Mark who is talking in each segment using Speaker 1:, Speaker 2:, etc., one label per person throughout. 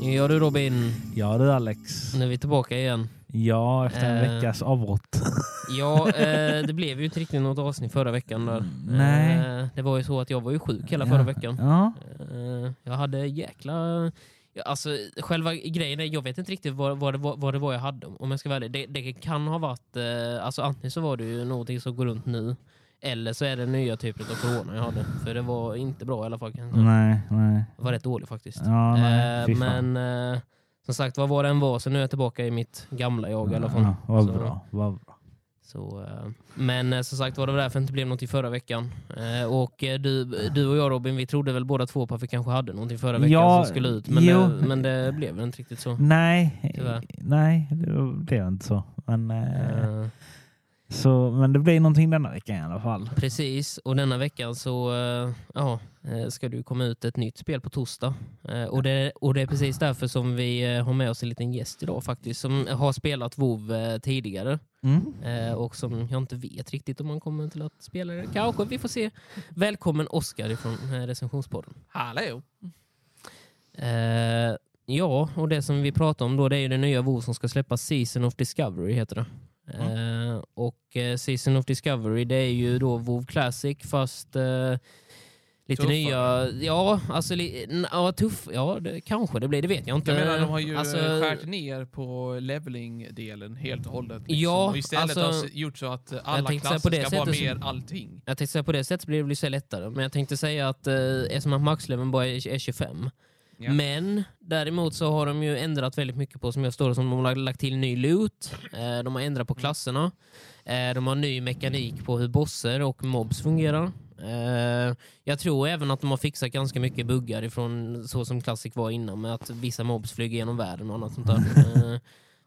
Speaker 1: Ja du Robin,
Speaker 2: Ja du Alex.
Speaker 1: nu är vi tillbaka igen.
Speaker 2: Ja, efter en
Speaker 1: Eh.
Speaker 2: veckas avbrott.
Speaker 1: Ja, eh, det blev ju inte riktigt något avsnitt förra veckan. Där.
Speaker 2: Mm, Nej.
Speaker 1: Eh, det var ju så att jag var ju sjuk hela
Speaker 2: Ja.
Speaker 1: förra veckan.
Speaker 2: Ja.
Speaker 1: Eh, jag hade jäkla... Ja, Alltså själva grejen är, jag vet inte riktigt vad, vad, det, var, vad det var jag hade om jag ska vara ärlig. Det, det kan ha varit, eh, alltså antingen så var det ju någonting som går runt nu. Eller så är det nya typen av corona jag hade. För det var inte bra i alla fall. Kan jag säga.
Speaker 2: Nej, nej.
Speaker 1: Det var rätt dålig faktiskt.
Speaker 2: Ja, nej.
Speaker 1: Eh,
Speaker 2: Fy fan.
Speaker 1: men eh, som sagt, vad var den var, så nu är jag tillbaka i mitt gamla jag i alla fall.
Speaker 2: Ja, vad
Speaker 1: Så-
Speaker 2: bra. Vad bra.
Speaker 1: Så, eh, men eh, som sagt var det var därför det inte blev någonting förra veckan. Eh, och eh, du, du och jag Robin, vi trodde väl båda två på att vi kanske hade någonting förra veckan
Speaker 2: Ja,
Speaker 1: som skulle ut. Men,
Speaker 2: jo.
Speaker 1: det, men det blev väl inte riktigt så.
Speaker 2: Nej,
Speaker 1: Tyvärr.
Speaker 2: nej, det blev inte så. Men, eh,
Speaker 1: Eh,
Speaker 2: så. men det blir någonting denna veckan i alla fall.
Speaker 1: precis, och denna veckan så eh, ja, eh, ska du komma ut ett nytt spel på torsdag. Eh, och, det, och det är precis därför som vi eh, har med oss en liten gäst idag faktiskt, som har spelat WoW eh, tidigare.
Speaker 2: Mm.
Speaker 1: Eh, och som jag inte vet riktigt om han kommer till att spela det. Kanske, vi får se. Välkommen Oskar från eh, recensionspodden.
Speaker 3: Hallå!
Speaker 1: Eh, ja, och det som vi pratar om då det är ju det nya WoW som ska släppas, Season of Discovery heter det. Eh, och eh, Season of Discovery det är ju då WoW Classic fast eh, lite
Speaker 3: Tuffare.
Speaker 1: nya... Ja, alltså li, n- ja, tuff, ja det, kanske det blir, det vet jag inte.
Speaker 3: Jag menar, de har ju
Speaker 1: Alltså,
Speaker 3: eh, skärt ner på leveling-delen helt och hållet. Liksom.
Speaker 1: Ja,
Speaker 3: och istället
Speaker 1: alltså-
Speaker 3: har s- gjort så att eh, alla
Speaker 1: tänkte säga
Speaker 3: klasser
Speaker 1: på det
Speaker 3: ska vara
Speaker 1: sättet
Speaker 3: mer allting.
Speaker 1: Jag tänkte säga på det sättet blir det väl så lättare. Men jag tänkte säga att eh, eftersom att maxleveln bara är, är 25.
Speaker 3: Ja.
Speaker 1: Men däremot så har de ju ändrat väldigt mycket på, som jag står det, som de har lagt- lagt till ny loot. Eh, de har ändrat på klasserna. Eh, de har ny mekanik på hur bosser och mobs fungerar. Eh, jag tror även att de har fixat ganska mycket buggar ifrån så som Classic var innan med att vissa mobs flyger genom världen och annat sånt där. Eh,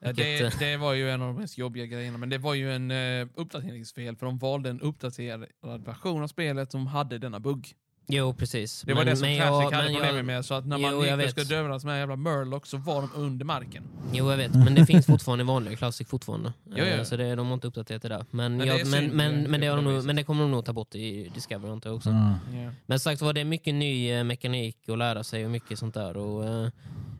Speaker 3: Eh,
Speaker 1: vilket, eh,
Speaker 3: Det, det var ju en av de mest jobbiga grejerna, men det var ju en eh, uppdateringsfel för de valde en uppdaterad version av spelet som hade denna bugg.
Speaker 1: jo, precis.
Speaker 3: Det var det som
Speaker 1: men
Speaker 3: Classic
Speaker 1: jag-
Speaker 3: hade
Speaker 1: men jag-
Speaker 3: problem med, så att när man
Speaker 1: Jo, jag
Speaker 3: gick och
Speaker 1: vet.
Speaker 3: skulle döda de här jävla Murloc så var de under marken.
Speaker 1: Jo jag vet,
Speaker 2: Mm.
Speaker 1: men det finns fortfarande i vanliga Classic fortfarande.
Speaker 3: ja, ja.
Speaker 1: Eh, Så det, de har inte uppdaterat det där. Men,
Speaker 3: Men
Speaker 1: jag,
Speaker 3: det är
Speaker 1: men,
Speaker 3: synd,
Speaker 1: men,
Speaker 3: eh,
Speaker 1: men, det har de,
Speaker 3: på det
Speaker 1: nog-
Speaker 3: viset.
Speaker 1: men det kommer de nog ta bort i Discovery antar jag också.
Speaker 2: Mm.
Speaker 1: Men sagt var, det är mycket ny eh, mekanik att lära sig och mycket sånt där. Och, eh,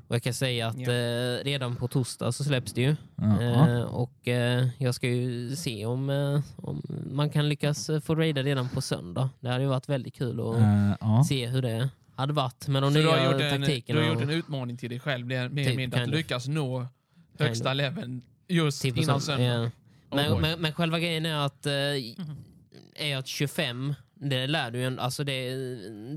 Speaker 1: och jag kan säga att
Speaker 3: Ja.
Speaker 1: eh, redan på torsdag så släpps det ju.
Speaker 2: Ja.
Speaker 1: Eh, och eh, jag ska ju se om, eh, om man kan lyckas eh, få raida redan på söndag. Det hade ju varit väldigt kul att
Speaker 2: Eh, ja.
Speaker 1: se hur det hade varit med de
Speaker 3: Så du
Speaker 1: nya
Speaker 3: har, gjort en, du
Speaker 1: taktikerna.
Speaker 3: har gjort
Speaker 1: och-
Speaker 3: en utmaning till dig själv, det är mer
Speaker 1: Typ,
Speaker 3: eller mindre att
Speaker 1: kind of.
Speaker 3: lyckas nå högsta leveln just
Speaker 1: Typ
Speaker 3: innan
Speaker 1: och sånt,
Speaker 3: söndag.
Speaker 1: ja. Men,
Speaker 3: Oj.
Speaker 1: men, men själva grejen är att, eh,
Speaker 3: Mm-hmm.
Speaker 1: är att 25, det lär du ju ändå, alltså det,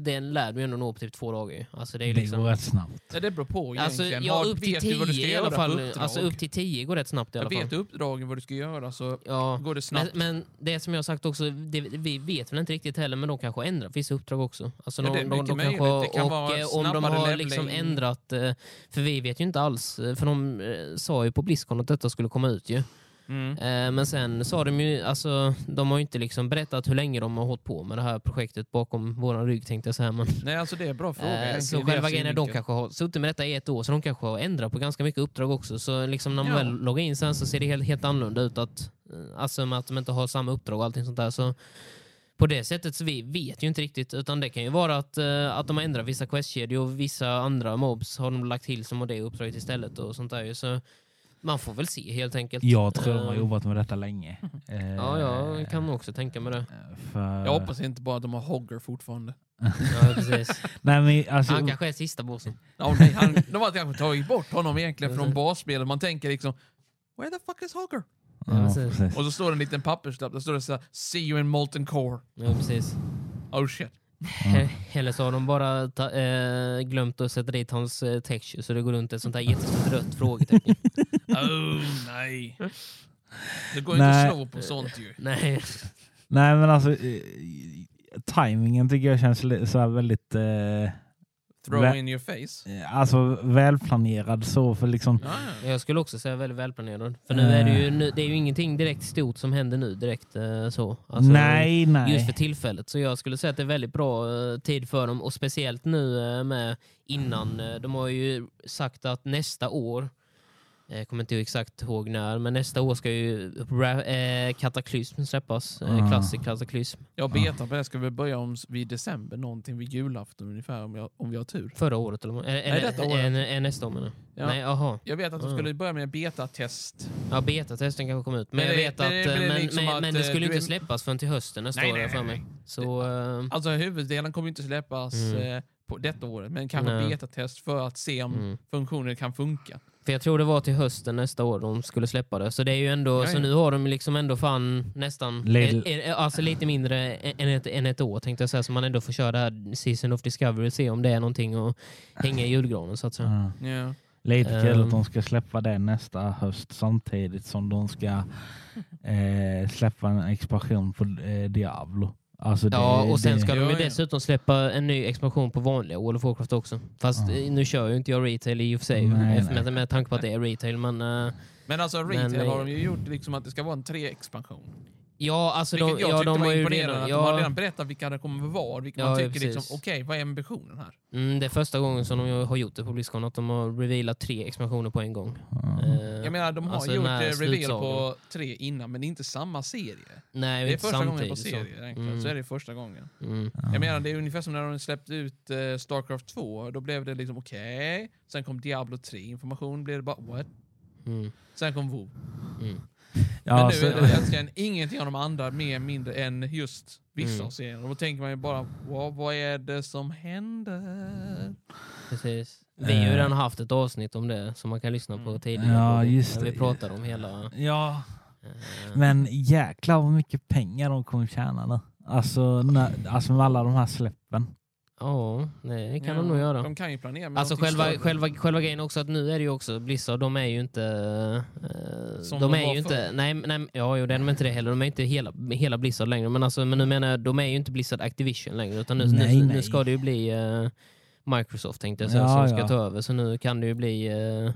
Speaker 1: det lär du ju ändå nå på typ två dagar. ju. Alltså det är ju
Speaker 2: Det går
Speaker 1: liksom,
Speaker 2: rätt snabbt.
Speaker 3: Ja, det beror på
Speaker 1: alltså,
Speaker 3: egentligen.
Speaker 1: ja,
Speaker 3: Vad
Speaker 1: upp till
Speaker 3: vet du vad du ska
Speaker 1: 10 i alla
Speaker 3: göra
Speaker 1: fall.
Speaker 3: för uppdrag?
Speaker 1: Alltså upp till 10 går rätt snabbt i alla
Speaker 3: Jag vet
Speaker 1: fall.
Speaker 3: du uppdragen vad du ska göra så
Speaker 1: Ja.
Speaker 3: går det
Speaker 1: Men,
Speaker 3: snabbt.
Speaker 1: men det som jag har sagt också, det, vi vet väl inte riktigt heller, men de kanske har ändrat vissa uppdrag också. Alltså
Speaker 3: Ja, det är
Speaker 1: de, de, de
Speaker 3: mycket
Speaker 1: kanske,
Speaker 3: möjligt. Det kan
Speaker 1: och
Speaker 3: vara
Speaker 1: eh, om de
Speaker 3: snabbare
Speaker 1: har
Speaker 3: leveling.
Speaker 1: liksom ändrat, eh, för vi vet ju inte alls, eh, för de eh, sa ju på Blizzcon att detta skulle komma ut ju.
Speaker 3: Mm.
Speaker 1: Eh, Men sen sa de ju, alltså, de har ju inte liksom berättat hur länge de har hållit på med det här projektet bakom våran rygg tänkte jag säga. Men,
Speaker 3: Nej, alltså det är en bra fråga.
Speaker 1: eh,
Speaker 3: egentligen.
Speaker 1: så
Speaker 3: Det är
Speaker 1: själva grejen är de
Speaker 3: synvinkel.
Speaker 1: kanske har suttit med detta i ett år, så de kanske har ändrat på ganska mycket uppdrag också. Så liksom när man
Speaker 3: Ja.
Speaker 1: väl loggar in sen så ser det helt, helt annorlunda ut. Att, eh, alltså med att de inte har samma uppdrag och allting sånt där. Så på det sättet så vi vet ju inte riktigt, utan det kan ju vara att, eh, att de har ändrat vissa questkedjor och vissa andra mobs har de lagt till som har det uppdraget istället och sånt där ju. Så man får väl se helt enkelt.
Speaker 2: Jag tror de har
Speaker 1: Eh,
Speaker 2: jobbat med detta länge. Eh,
Speaker 1: Ja, jag kan också tänka mig det.
Speaker 2: För...
Speaker 3: Jag hoppas inte bara att de har Hogger fortfarande.
Speaker 1: Ja, precis.
Speaker 2: Nej, men, alltså,
Speaker 1: Han kanske är sista bossen.
Speaker 3: Ja, nej, han, de har kanske tagit bort honom egentligen från basspelet. Man tänker liksom Where the fuck is Hogger?
Speaker 2: ja,
Speaker 1: Ja, precis.
Speaker 2: precis.
Speaker 3: Och så står det en liten papperslapp. Där står det så här, See you in molten core.
Speaker 1: Ja, precis.
Speaker 3: Oh shit.
Speaker 1: Eller så har de bara ta, eh, glömt att sätta dit hans eh, texture så det går runt ett sånt där jättestort rött frågetecken.
Speaker 3: Oh nej. Det går inte
Speaker 2: Nej.
Speaker 3: att slå på sånt
Speaker 1: Eh,
Speaker 3: ju.
Speaker 1: Nej.
Speaker 2: Nej, men alltså... eh, Timingen tycker jag känns li- så här väldigt... Eh,
Speaker 3: Throw
Speaker 2: Vä-
Speaker 3: in your face.
Speaker 2: alltså välplanerad så, för liksom...
Speaker 3: Ah,
Speaker 1: Jag skulle också säga väldigt välplanerad. För nu är det ju, nu, det är ju ingenting direkt stort som händer nu direkt eh, så. Alltså,
Speaker 2: nej, nej.
Speaker 1: Just för tillfället. Så jag skulle säga att det är väldigt bra eh, tid för dem. Och speciellt nu eh, med innan. eh, De har ju sagt att nästa år eh, Jag kommer inte exakt ihåg när, men nästa år ska ju Ra- eh, Kataklysm släppas. Eh,
Speaker 2: Ah.
Speaker 1: Klassisk Kataklysm.
Speaker 3: Jag betar på det. Ska vi börja om s- vid december någonting vid julafton ungefär om, jag, om vi har tur?
Speaker 1: Förra året eller? Eller,
Speaker 3: detta
Speaker 1: eller,
Speaker 3: året.
Speaker 1: eller, eller eh, nästa år menar jag.
Speaker 3: Ja.
Speaker 1: Nej, jaha.
Speaker 3: Jag vet att de
Speaker 1: Mm.
Speaker 3: skulle börja med en betatest.
Speaker 1: Ja, betatesten kanske kom ut. Men,
Speaker 3: Men
Speaker 1: jag
Speaker 3: det-
Speaker 1: vet
Speaker 3: men
Speaker 1: att,
Speaker 3: det- men det
Speaker 1: men,
Speaker 3: är
Speaker 1: men,
Speaker 3: liksom
Speaker 1: men,
Speaker 3: att,
Speaker 1: det
Speaker 3: eh,
Speaker 1: skulle
Speaker 3: du
Speaker 1: inte
Speaker 3: vet-
Speaker 1: släppas förrän till hösten nästa
Speaker 3: Nej,
Speaker 1: år har jag
Speaker 3: nej,
Speaker 1: för mig. Så, eh,
Speaker 3: Alltså huvuddelen kommer ju inte släppas
Speaker 1: Mm.
Speaker 3: eh, på detta året, men kanske
Speaker 1: Nej.
Speaker 3: betatest för att se om
Speaker 1: mm.
Speaker 3: funktioner kan funka.
Speaker 1: För jag tror det var till hösten nästa år de skulle släppa det. Så det är ju ändå,
Speaker 3: Ja,
Speaker 1: så
Speaker 3: ja.
Speaker 1: nu har de liksom ändå fan nästan,
Speaker 2: Lidl.
Speaker 1: eh, eh, alltså lite mindre än ett, än ett år tänkte jag säga. Så man ändå får köra det här Season of Discovery och se om det är någonting att hänga i julgranen så att säga.
Speaker 2: Ja.
Speaker 3: Ja.
Speaker 2: Lite kul
Speaker 1: Ehm.
Speaker 2: att de ska släppa det nästa höst samtidigt som de ska eh, släppa en expansion på eh, Diablo. Alltså det,
Speaker 1: Ja, och sen
Speaker 2: det-
Speaker 1: ska de ju
Speaker 3: Ja, ja.
Speaker 1: dessutom släppa en ny expansion på vanliga World of Warcraft också. Fast
Speaker 2: Ja.
Speaker 1: eh, nu kör ju inte jag retail i och för sig,
Speaker 2: Nej,
Speaker 1: efter-
Speaker 2: nej.
Speaker 1: Med, med tanke på att det är retail. Men eh,
Speaker 3: Men alltså
Speaker 1: Men,
Speaker 3: retail
Speaker 1: eh,
Speaker 3: har de ju gjort liksom att det ska vara en tre-expansion.
Speaker 1: ja, alltså
Speaker 3: Vilket
Speaker 1: de,
Speaker 3: jag
Speaker 1: ja,
Speaker 3: tyckte
Speaker 1: de har
Speaker 3: var
Speaker 1: ju
Speaker 3: imponerande.
Speaker 1: redan...
Speaker 3: att de har
Speaker 1: Ja,
Speaker 3: redan berättat vilka det kommer vara, vilket
Speaker 1: Ja,
Speaker 3: man
Speaker 1: ja,
Speaker 3: tycker liksom,
Speaker 1: precis.
Speaker 3: okej, vad är ambitionen här?
Speaker 1: mm, det är första gången som de har gjort det på Blizzcon, att de har revealat tre expansioner på en gång.
Speaker 2: Ja.
Speaker 1: Eh,
Speaker 3: Jag menar, de har
Speaker 1: Alltså, den
Speaker 3: gjort eh,
Speaker 1: här
Speaker 3: reveal på
Speaker 1: slutsagan.
Speaker 3: tre innan, men det är inte samma serie.
Speaker 1: nej,
Speaker 3: Det är
Speaker 1: inte
Speaker 3: första gången på
Speaker 1: samtidigt,
Speaker 3: serie, egentligen.
Speaker 1: Mm.
Speaker 3: så är det första gången.
Speaker 1: Så. Mm.
Speaker 2: Ja.
Speaker 3: Jag menar, det är ungefär som när de släppte ut eh, Starcraft 2. Då blev det liksom okej. Sen kom Diablo 3 information, blev det bara what?
Speaker 1: Mm.
Speaker 3: Sen kom WoW.
Speaker 1: Mm.
Speaker 2: Ja, alltså,
Speaker 3: Men nu
Speaker 2: så-
Speaker 3: är det egentligen ingenting av de andra mer mindre än just vissa
Speaker 1: Mm.
Speaker 3: av serierna. Då tänker man ju bara, vad, vad är det som händer?
Speaker 1: Precis. Vi har ju
Speaker 2: Eh.
Speaker 1: redan haft ett avsnitt om det som man kan lyssna på
Speaker 3: Mm.
Speaker 1: tidigare.
Speaker 2: Ja,
Speaker 1: på-
Speaker 2: just
Speaker 1: när vi
Speaker 2: det.
Speaker 1: pratar om hela...
Speaker 2: ja,
Speaker 1: eh,
Speaker 2: men jäklar vad mycket pengar de kommer tjäna nu. Alltså, när, alltså med alla de här släppen.
Speaker 1: Ja, nej, det kan
Speaker 3: Ja,
Speaker 1: de nog göra.
Speaker 3: De kan ju planera med
Speaker 1: Alltså
Speaker 3: någonting
Speaker 1: själva,
Speaker 3: större.
Speaker 1: själva, själva grejen också att nu är det ju också Blizzard, de är ju inte... eh,
Speaker 3: Som
Speaker 1: de
Speaker 3: de
Speaker 1: är
Speaker 3: var
Speaker 1: ju
Speaker 3: förr.
Speaker 1: inte... Nej, nej, ja, jo, det är de inte det heller. De är inte hela, hela Blizzard längre. Men, alltså, men nu menar jag, de är ju inte Blizzard Activision längre. Utan nu,
Speaker 2: Nej,
Speaker 1: nu, nu
Speaker 2: nej.
Speaker 1: ska det ju bli eh, Microsoft tänkte jag säga,
Speaker 2: Ja,
Speaker 1: som ska
Speaker 2: ja.
Speaker 1: ta över. Så nu kan det ju bli eh,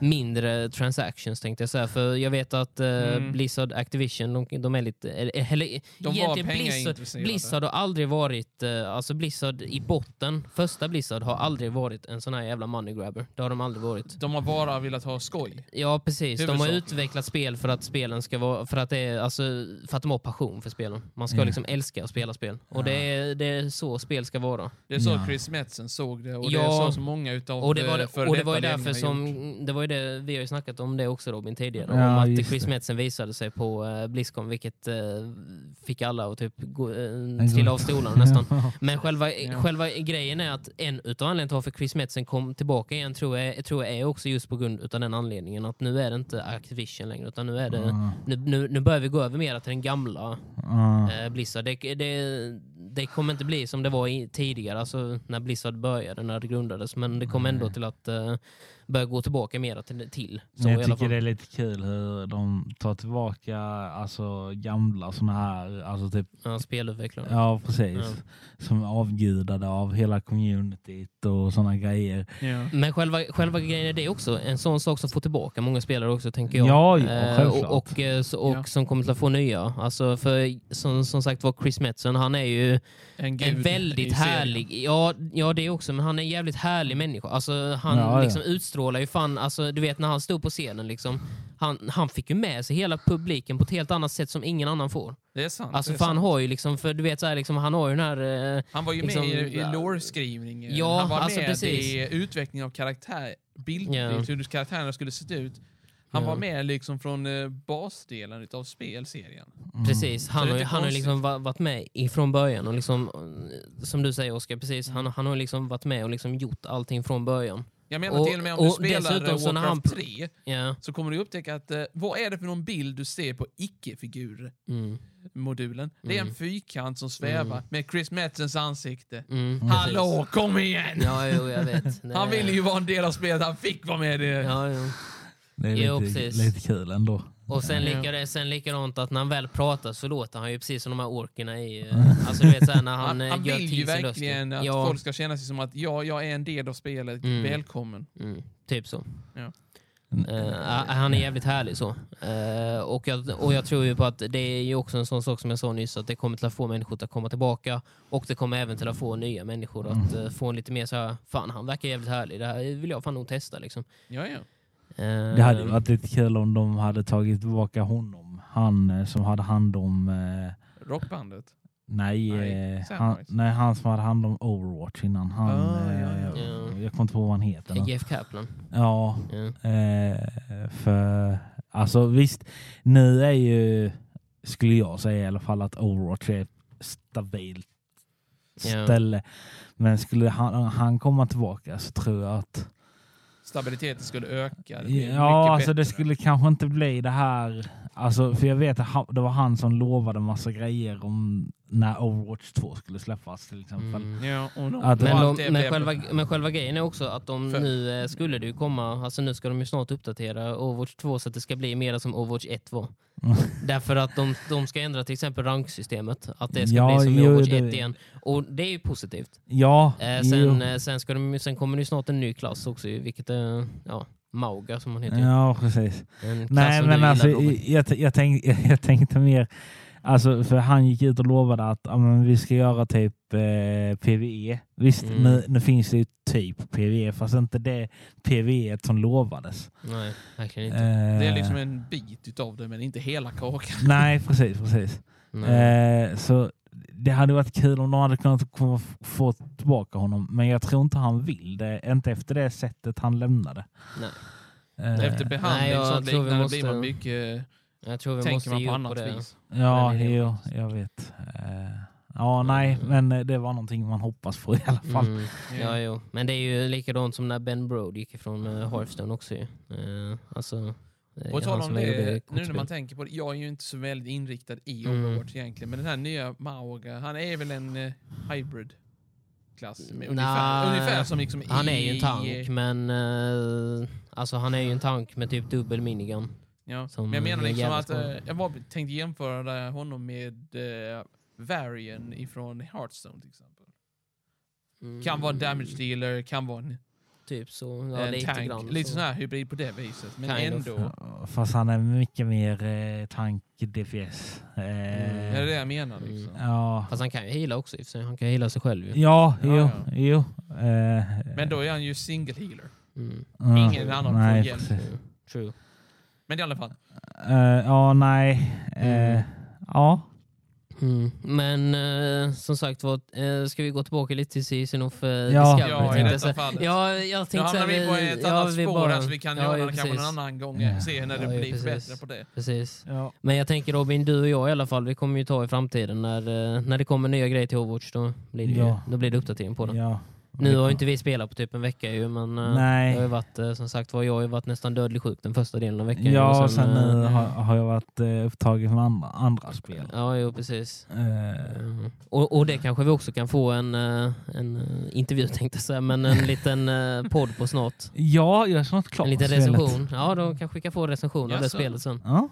Speaker 1: mindre transactions tänkte jag säga. För jag vet att eh,
Speaker 3: Mm.
Speaker 1: Blizzard Activision, de, de är lite... Eller, eller,
Speaker 3: De var
Speaker 1: egentligen Blizzard,
Speaker 3: pengaintresserade.
Speaker 1: Blizzard har aldrig varit, eh, alltså Blizzard i botten, första Blizzard har aldrig varit en sån här jävla money grabber. Det har de aldrig varit.
Speaker 3: De har bara velat ha skoj.
Speaker 1: Ja precis, de har
Speaker 3: Huvudsaken.
Speaker 1: utvecklat spel för att spelen ska vara, för att, det är, alltså, för att de har passion för spelen. Man ska
Speaker 2: Ja.
Speaker 1: liksom älska att spela spel. Och det, är, det är så spel ska vara.
Speaker 3: Det är så
Speaker 2: Ja.
Speaker 3: Chris Metzen såg det och det
Speaker 1: Ja.
Speaker 3: är så som många utav
Speaker 1: Och det var,
Speaker 3: eh, före
Speaker 1: och det var ju
Speaker 3: detta ledningar
Speaker 1: därför som,
Speaker 3: gjort.
Speaker 1: det var ju det, vi har ju snackat om det också Robin tidigare,
Speaker 2: Ja,
Speaker 1: om att
Speaker 2: just
Speaker 1: Chris
Speaker 2: det.
Speaker 1: Metzen visade sig på uh, Blizzcon vilket eh, fick alla att typ gå, eh,
Speaker 2: går
Speaker 1: trilla av
Speaker 2: inte.
Speaker 1: stolarna nästan. Men själva,
Speaker 3: Ja.
Speaker 1: själva grejen är att en utav anledningarna till varför Chris Metzen kom tillbaka igen tror jag, tror jag är också just på grund utav den anledningen att nu är det inte Activision längre utan nu är det
Speaker 2: Ja,
Speaker 1: nu, nu, nu börjar vi gå över mer till den gamla
Speaker 2: ja.
Speaker 1: eh, Blizzard. Det, det, det kommer inte bli som det var i, tidigare, alltså när Blizzard började, när det grundades. Men det kommer ändå till att eh, börja gå tillbaka mer till. till så,
Speaker 2: Men
Speaker 1: i
Speaker 2: jag
Speaker 1: alla
Speaker 2: tycker
Speaker 1: fall.
Speaker 2: det är lite kul hur de tar tillbaka alltså, gamla såna här, alltså typ,
Speaker 1: Ja, spelutvecklare.
Speaker 2: ja precis,
Speaker 1: Ja.
Speaker 2: som är avgudade av hela communityt och såna grejer.
Speaker 3: Ja.
Speaker 1: Men själva, själva grejen är det också en sån sak som får tillbaka många spelare också tänker jag.
Speaker 2: Ja, ja,
Speaker 1: Eh,
Speaker 2: självklart.
Speaker 1: och och, eh, så- och
Speaker 3: Ja.
Speaker 1: som kommer att få nya. Alltså för som, som sagt var Chris Metzen, han är ju
Speaker 3: En, gud
Speaker 1: en väldigt
Speaker 3: i serien.
Speaker 1: härlig, ja, ja det också, men han är en jävligt härlig människa. Alltså han
Speaker 2: Ja, ja.
Speaker 1: liksom utstrålar ju fan, alltså du vet när han stod på scenen liksom, han, han fick ju med sig hela publiken på ett helt annat sätt som ingen annan får.
Speaker 3: Det är sant.
Speaker 1: Alltså
Speaker 3: det är
Speaker 1: för han
Speaker 3: sant.
Speaker 1: har ju liksom, för du vet så här, liksom, han har ju den här eh,
Speaker 3: Han var ju
Speaker 1: liksom-
Speaker 3: med i, i lore-skrivningen.
Speaker 1: Ja,
Speaker 3: han var
Speaker 1: alltså
Speaker 3: med
Speaker 1: precis.
Speaker 3: i utvecklingen av karaktär, bild,
Speaker 1: Ja.
Speaker 3: hur karaktärerna skulle se ut. Han
Speaker 1: Ja.
Speaker 3: var med liksom från eh, basdelen utav spelserien.
Speaker 2: Mm.
Speaker 1: Precis, han
Speaker 3: det
Speaker 1: har, ju-
Speaker 3: är lite
Speaker 1: han har
Speaker 3: konstigt.
Speaker 1: liksom va- varit med ifrån början. Och liksom, eh, som du säger Oskar, precis, han, han har liksom varit med och liksom gjort allting från början.
Speaker 3: Jag menar
Speaker 1: Och-
Speaker 3: till och med om du
Speaker 1: och
Speaker 3: spelar eh,
Speaker 1: dessutom
Speaker 3: Warcraft
Speaker 1: så när han
Speaker 3: 3
Speaker 1: Ja,
Speaker 3: så kommer du upptäcka att eh, vad är det för någon bild du ser på icke-figurmodulen?
Speaker 1: mm,
Speaker 3: Det är en
Speaker 1: Mm.
Speaker 3: fyrkant som svävar
Speaker 1: Mm.
Speaker 3: med Chris Metzens ansikte.
Speaker 1: mm, precis.
Speaker 3: Hallå, kom igen!
Speaker 1: Ja, jo, jag vet. Det-
Speaker 3: Han ville ju vara en del av spelet, han fick vara med i det.
Speaker 1: Ja, jo.
Speaker 2: Det är
Speaker 1: Jo,
Speaker 2: lite,
Speaker 1: precis.
Speaker 2: lite kul ändå.
Speaker 1: Och sen,
Speaker 3: Ja.
Speaker 1: lika, sen likadant att när han väl pratar så låter han ju precis som de här orkerna i... eh, Alltså du vet såhär när han,
Speaker 3: Han,
Speaker 1: eh,
Speaker 3: han
Speaker 1: gör
Speaker 3: vill
Speaker 1: till
Speaker 3: ju
Speaker 1: sin röst.
Speaker 3: verkligen att
Speaker 1: ja,
Speaker 3: folk ska känna sig som att ja, jag är en del av spelet,
Speaker 1: Mm.
Speaker 3: välkommen.
Speaker 1: mm, typ så.
Speaker 2: Mm.
Speaker 1: Eh, a- han är jävligt härlig så. Eh, och, jag, och jag tror ju på att det är ju också en sån sak som jag sa nyss, att det kommer till att få människor att komma tillbaka. Och det kommer även till att få nya
Speaker 2: Mm.
Speaker 1: människor att eh, få en lite mer så här, fan han verkar jävligt härlig, det här vill jag fan nog testa liksom.
Speaker 3: Ja, ja.
Speaker 1: Eh,
Speaker 2: Det hade ju varit lite kul om de hade tagit tillbaka honom. Han eh, som hade hand om... Eh,
Speaker 3: Rockbandet.
Speaker 2: nej,
Speaker 3: Nej,
Speaker 2: eh,
Speaker 3: Sam
Speaker 2: han,
Speaker 3: Rice.
Speaker 2: nej, han som hade hand om Overwatch innan. Han,
Speaker 3: Ah,
Speaker 2: eh,
Speaker 3: ja, ja.
Speaker 1: Ja.
Speaker 2: Jag kommer inte ihåg vad han heter. nu.
Speaker 1: Jeff Kaplan.
Speaker 2: Ja,
Speaker 1: Ja.
Speaker 2: eh, för... Alltså visst, nu är ju... Skulle jag säga i alla fall att Overwatch är ett stabilt
Speaker 1: Ja.
Speaker 2: ställe. Men skulle han, han komma tillbaka så tror jag att
Speaker 3: Stabiliteten skulle öka. Det blir mycket
Speaker 2: Ja, alltså
Speaker 3: bättre.
Speaker 2: det skulle kanske inte bli det här. Alltså, för jag vet att han- det var han som lovade massa grejer om när Overwatch 2 skulle släppas till exempel.
Speaker 1: Mm.
Speaker 3: Ja, och nog-
Speaker 2: Att-
Speaker 3: och
Speaker 1: Men,
Speaker 3: allt
Speaker 1: de,
Speaker 3: det
Speaker 1: men,
Speaker 3: blev-
Speaker 1: själva, men själva grejen är också att de
Speaker 3: För-
Speaker 1: nu eh, skulle det ju komma, alltså nu ska de ju snart uppdatera Overwatch 2 så att det ska bli mer som Overwatch 1 var.
Speaker 2: Mm.
Speaker 1: Därför att de, de ska ändra till exempel ranksystemet, att det ska
Speaker 2: Ja,
Speaker 1: bli som i
Speaker 2: jo,
Speaker 1: Overwatch
Speaker 2: det-
Speaker 1: 1 igen. Och det är ju positivt.
Speaker 2: Ja,
Speaker 1: Eh,
Speaker 2: jo.
Speaker 1: sen, eh, sen, ska de, ju- sen kommer det ju snart en ny klass också, ju, vilket är ja, Mauga som hon heter.
Speaker 2: ja precis.
Speaker 1: En klass
Speaker 2: Nej,
Speaker 1: som du
Speaker 2: men
Speaker 1: gillar,
Speaker 2: alltså,
Speaker 1: Robert.
Speaker 2: jag, jag, tänk, jag tänkte mer... Alltså, för han gick ut och lovade att ja, men vi ska göra typ eh, PVE. Visst,
Speaker 1: Mm.
Speaker 2: nu, nu finns det ju typ PVE, fast inte det PVE som lovades.
Speaker 1: Nej, verkligen inte.
Speaker 2: Eh,
Speaker 3: Det är liksom en bit utav det, men inte hela kakan.
Speaker 2: Nej, precis. precis.
Speaker 1: Nej.
Speaker 2: Eh, så det hade varit kul om de hade kunnat komma f- få tillbaka honom, men jag tror inte han vill det. Inte efter det sättet han lämnade.
Speaker 1: Nej.
Speaker 2: Eh,
Speaker 3: Efter
Speaker 1: Nej,
Speaker 3: behandling
Speaker 1: jag
Speaker 3: och sånt
Speaker 1: tror vi
Speaker 3: liknande
Speaker 1: måste-
Speaker 3: blir man mycket...
Speaker 1: Jag tror vi måste
Speaker 3: Tänker man
Speaker 1: ge
Speaker 3: på
Speaker 1: upp på
Speaker 3: annat
Speaker 1: det.
Speaker 3: vis.
Speaker 2: Ja,
Speaker 1: Men det är det
Speaker 2: jo,
Speaker 1: faktiskt.
Speaker 2: jag vet. Eh, ja, nej, men eh, det var någonting man hoppas på i alla fall.
Speaker 1: Mm. Ja, jo. Men det är ju likadant som när Ben Brode gick ifrån uh, Hearthstone också ju. Eh, alltså, eh,
Speaker 3: Och
Speaker 1: han
Speaker 3: tal om
Speaker 1: som
Speaker 3: det,
Speaker 1: gjorde
Speaker 3: nu när
Speaker 1: kortspel.
Speaker 3: man tänker på det, jag är ju inte så väldigt inriktad i
Speaker 1: Mm.
Speaker 3: Overwatch egentligen, men den här nya Mauga, han är väl en eh, hybrid-klass? med Ungefär,
Speaker 1: Nej.
Speaker 3: ungefär som liksom
Speaker 1: Han är ju
Speaker 3: i-
Speaker 1: en tank, men... eh, alltså han är ju en tank med typ dubbel minigun.
Speaker 3: Ja.
Speaker 1: som
Speaker 3: Men jag menar
Speaker 1: en
Speaker 3: liksom
Speaker 1: jävla
Speaker 3: att
Speaker 1: skada.
Speaker 3: eh, jag var, tänkte jämföra där honom med eh, Varian ifrån Hearthstone till exempel. Kan vara en damage dealer, kan vara en,
Speaker 1: Mm, Typ så, ja,
Speaker 3: en
Speaker 1: lite
Speaker 3: tank.
Speaker 1: grann.
Speaker 3: lite
Speaker 1: så.
Speaker 3: sån här hybrid på det viset. Men
Speaker 1: Kind of.
Speaker 3: ändå.
Speaker 2: Ja, Fast han är mycket mer eh, tank DPS. Eh,
Speaker 1: Mm.
Speaker 3: Är det det jag menar liksom?
Speaker 2: Ja,
Speaker 1: Fast han kan ju heala också i och för sig. Han kan heala sig själv ju.
Speaker 2: ja, jo,
Speaker 3: Ja,
Speaker 2: jo. Eh,
Speaker 3: Men då är han ju single healer.
Speaker 1: Mm.
Speaker 2: ja,
Speaker 3: ingen annan får
Speaker 2: nej,
Speaker 3: hjälp.
Speaker 2: precis.
Speaker 1: Mm. True.
Speaker 3: Men i alla fall.
Speaker 2: Eh, ja, nej. Eh,
Speaker 1: Mm.
Speaker 2: Ja,
Speaker 1: Mm. Men eh, som sagt var, eh, ska vi gå tillbaka lite till Season of eh,
Speaker 2: Ja.
Speaker 1: Discovery?
Speaker 2: Ja, i
Speaker 1: tänkte jag
Speaker 3: detta
Speaker 1: säga.
Speaker 3: fallet.
Speaker 1: Ja, jag
Speaker 3: Nu
Speaker 1: tänkte
Speaker 3: hamnar vi på ett annat spår här, så vi kan göra det kanske
Speaker 1: precis.
Speaker 3: någon annan gång. eh,
Speaker 2: Ja.
Speaker 3: Se när det
Speaker 1: Ja, ja,
Speaker 3: blir
Speaker 1: precis.
Speaker 3: bättre på det.
Speaker 1: Precis.
Speaker 2: ja.
Speaker 1: Men jag tänker Robin, du och jag i alla fall, vi kommer ju ta i framtiden när, eh, när det kommer nya grejer till Overwatch, då blir det,
Speaker 2: Ja.
Speaker 1: ju, då blir det uppdatering på det.
Speaker 2: ja.
Speaker 1: Nu har ju inte vi spelat på typ en vecka ju, men eh,
Speaker 2: Nej.
Speaker 1: det har ju varit, eh, som sagt var, jag har ju varit nästan dödligt sjuk den första delen av veckan. ju,
Speaker 2: Ja, och sen
Speaker 1: eh,
Speaker 2: nu har, har jag varit eh, upptagen med andra, andra spel.
Speaker 1: Ja, jo precis.
Speaker 2: Eh,
Speaker 1: Mm. Och, och det kanske vi också kan få en, eh, en eh, intervju tänkte jag säga, men en liten eh, podd på snart.
Speaker 2: ja, jag är snart klar
Speaker 1: En
Speaker 2: med
Speaker 1: liten
Speaker 2: spelet.
Speaker 1: recension. Ja, då kanske vi kan få en recension av det
Speaker 3: Jaså?
Speaker 1: spelet sen.
Speaker 2: Ja.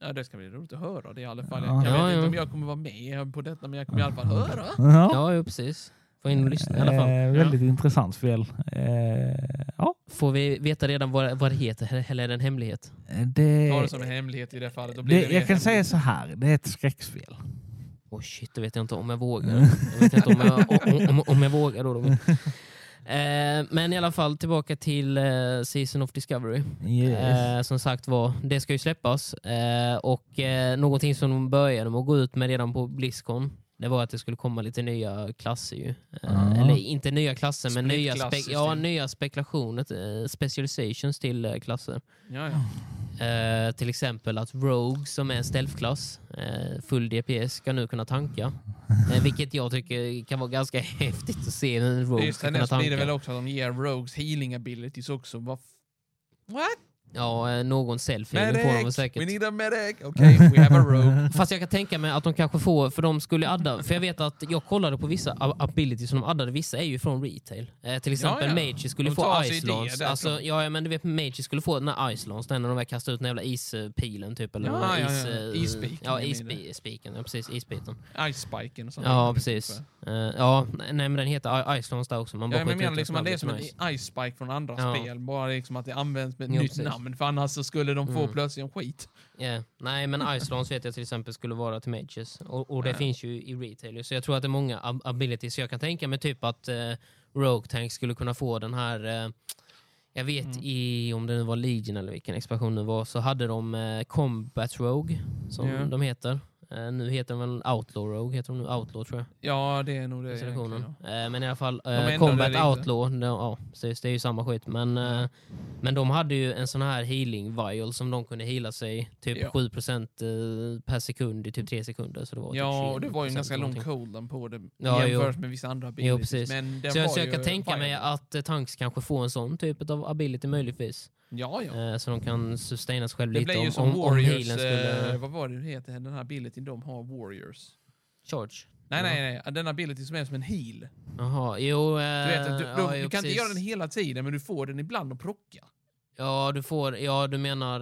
Speaker 3: Ja, det ska bli roligt att höra det i alla fall.
Speaker 2: Ja.
Speaker 3: Jag
Speaker 1: Ja,
Speaker 3: vet
Speaker 1: ja.
Speaker 3: inte om jag kommer vara med på detta, men jag kommer i alla fall höra.
Speaker 2: Ja.
Speaker 1: Ja, jo, precis. Få in och lyssna i alla fall.
Speaker 2: Eh, väldigt intressant spel. Eh, ja,
Speaker 1: Får vi veta redan vad, vad det heter, eller är det en hemlighet?
Speaker 2: det,
Speaker 3: Ta det som en hemlighet i det fallet. Då blir
Speaker 2: det,
Speaker 3: det,
Speaker 2: jag kan
Speaker 3: mer
Speaker 2: säga
Speaker 3: hemligt.
Speaker 2: så här, det är ett skräckspel.
Speaker 1: Åh shit, det vet jag inte om jag vågar.
Speaker 2: Mm.
Speaker 1: Jag vet inte om jag, om, om, om jag vågar då. Robin. Eh, men i alla fall tillbaka till eh, Season of Discovery.
Speaker 2: Yes.
Speaker 1: Eh, som sagt var, det ska ju släppas. Eh, och eh, någonting som de började med att gå ut med redan på Blizzcon, det var att det skulle komma lite nya klasser ju. Eh,
Speaker 2: Ah.
Speaker 1: Eller inte nya klasser, men nya,
Speaker 3: Splitklasser,
Speaker 1: spe- ja,
Speaker 3: typ.
Speaker 1: nya spekulationer, eh, specializations till eh, klasser.
Speaker 3: Ja, ja.
Speaker 1: Eh, till exempel att Rogue som är en stealth-klass, eh, full DPS, ska nu kunna tanka. Eh, vilket jag tycker kan vara ganska häftigt att se hur en Rogue
Speaker 3: Just
Speaker 1: ska
Speaker 3: det,
Speaker 1: kunna
Speaker 3: nästa blir det väl
Speaker 1: tanka.
Speaker 3: också att de ger Rogues healing abilities också. Vad f- What?
Speaker 1: Ja, eh, någon selfie får de väl
Speaker 3: Medic!
Speaker 1: säkert.
Speaker 3: We need a medic! Okay, we have a rogue.
Speaker 1: Fast jag kan tänka mig att de kanske får, för de skulle adda, för jag vet att jag kollade på vissa a- abilities som de addade, vissa är ju från retail. Eh, till exempel
Speaker 3: ja.
Speaker 1: Magi skulle
Speaker 3: De
Speaker 1: få
Speaker 3: tar sig
Speaker 1: Ice
Speaker 3: idéer
Speaker 1: Lance.
Speaker 3: därifrån.
Speaker 1: Alltså, ja, ja, men du vet Magi skulle få den här Ice Lance, den när de väl kastade ut den jävla ispilen typ. Eller
Speaker 3: Ja,
Speaker 1: vad det var,
Speaker 3: ja,
Speaker 1: is,
Speaker 3: ja.
Speaker 1: eh,
Speaker 3: Ispiken,
Speaker 1: Ja,
Speaker 3: jag
Speaker 1: ispi- spiken, ja precis, isbiten.
Speaker 3: Ice spiken och sånt.
Speaker 1: Ja, precis. Eh, ja, nej men den heter I- Ice Lance där också. Man bara
Speaker 3: Ja, men jag
Speaker 1: skjuter
Speaker 3: menar
Speaker 1: ut
Speaker 3: liksom
Speaker 1: den
Speaker 3: att det är som
Speaker 1: snabbt,
Speaker 3: en
Speaker 1: nice.
Speaker 3: ice spike från andra
Speaker 1: Ja.
Speaker 3: spel. Bara liksom att det används med ett
Speaker 1: Jo,
Speaker 3: nytt
Speaker 1: precis.
Speaker 3: namn. För annars så skulle de få
Speaker 1: Mm.
Speaker 3: plötsligt en skit.
Speaker 1: Ja, Nej, men Ice Lance vet jag till exempel skulle vara till Mages. Och, och det
Speaker 3: Ja.
Speaker 1: finns ju i retail. Så jag tror att det är många ab- abilities. Jag kan tänka mig typ att eh, Rogue Tank skulle kunna få den här... Eh, Jag vet
Speaker 3: Mm.
Speaker 1: i, om det nu var Legion eller vilken expansion det var, så hade de eh, Combat Rogue, som
Speaker 3: Ja.
Speaker 1: de heter. Eh, nu heter de väl Outlaw Rogue, heter de nu Outlaw tror jag.
Speaker 3: Ja, det är nog det.
Speaker 1: recensionen.
Speaker 3: egentligen,
Speaker 1: Eh, men i alla fall,
Speaker 3: ändrade
Speaker 1: eh,
Speaker 3: det
Speaker 1: Combat
Speaker 3: inte.
Speaker 1: Outlaw, de, ja, precis, det är ju samma skit. Men, eh, men de hade ju en sån här healing vial som de kunde heala sig typ
Speaker 3: Ja.
Speaker 1: 7% eh, per sekund i typ 3 sekunder. Så det
Speaker 3: ja.
Speaker 1: var
Speaker 3: Ja,
Speaker 1: typ
Speaker 3: och det var ju en
Speaker 1: 20%
Speaker 3: ganska lång
Speaker 1: någonting.
Speaker 3: cooldown på det
Speaker 1: Ja, jo.
Speaker 3: jämfört med vissa andra abilities.
Speaker 1: precis.
Speaker 3: Men den
Speaker 1: Så jag,
Speaker 3: var
Speaker 1: så jag
Speaker 3: ju
Speaker 1: kan tänka mig
Speaker 3: viral.
Speaker 1: att eh, Tanks kanske får en sån typ av ability möjligtvis.
Speaker 3: Ja, ja.
Speaker 1: Eh, så de kan sustaina sig själv
Speaker 3: Det
Speaker 1: lite
Speaker 3: blir ju
Speaker 1: om,
Speaker 3: som
Speaker 1: om, om healen
Speaker 3: Warriors,
Speaker 1: skulle...
Speaker 3: eh, vad var det den heter, den här abilityn de har, Warriors?
Speaker 1: Charge? Ja.
Speaker 3: Nej, nej, nej, den ability som är som en heal.
Speaker 1: Jaha, jo... eh,
Speaker 3: Du, vet, att du, du,
Speaker 1: ja,
Speaker 3: du
Speaker 1: jo,
Speaker 3: kan inte
Speaker 1: precis.
Speaker 3: göra den hela tiden, men du får den ibland att plocka.
Speaker 1: Ja, du får... Ja, du menar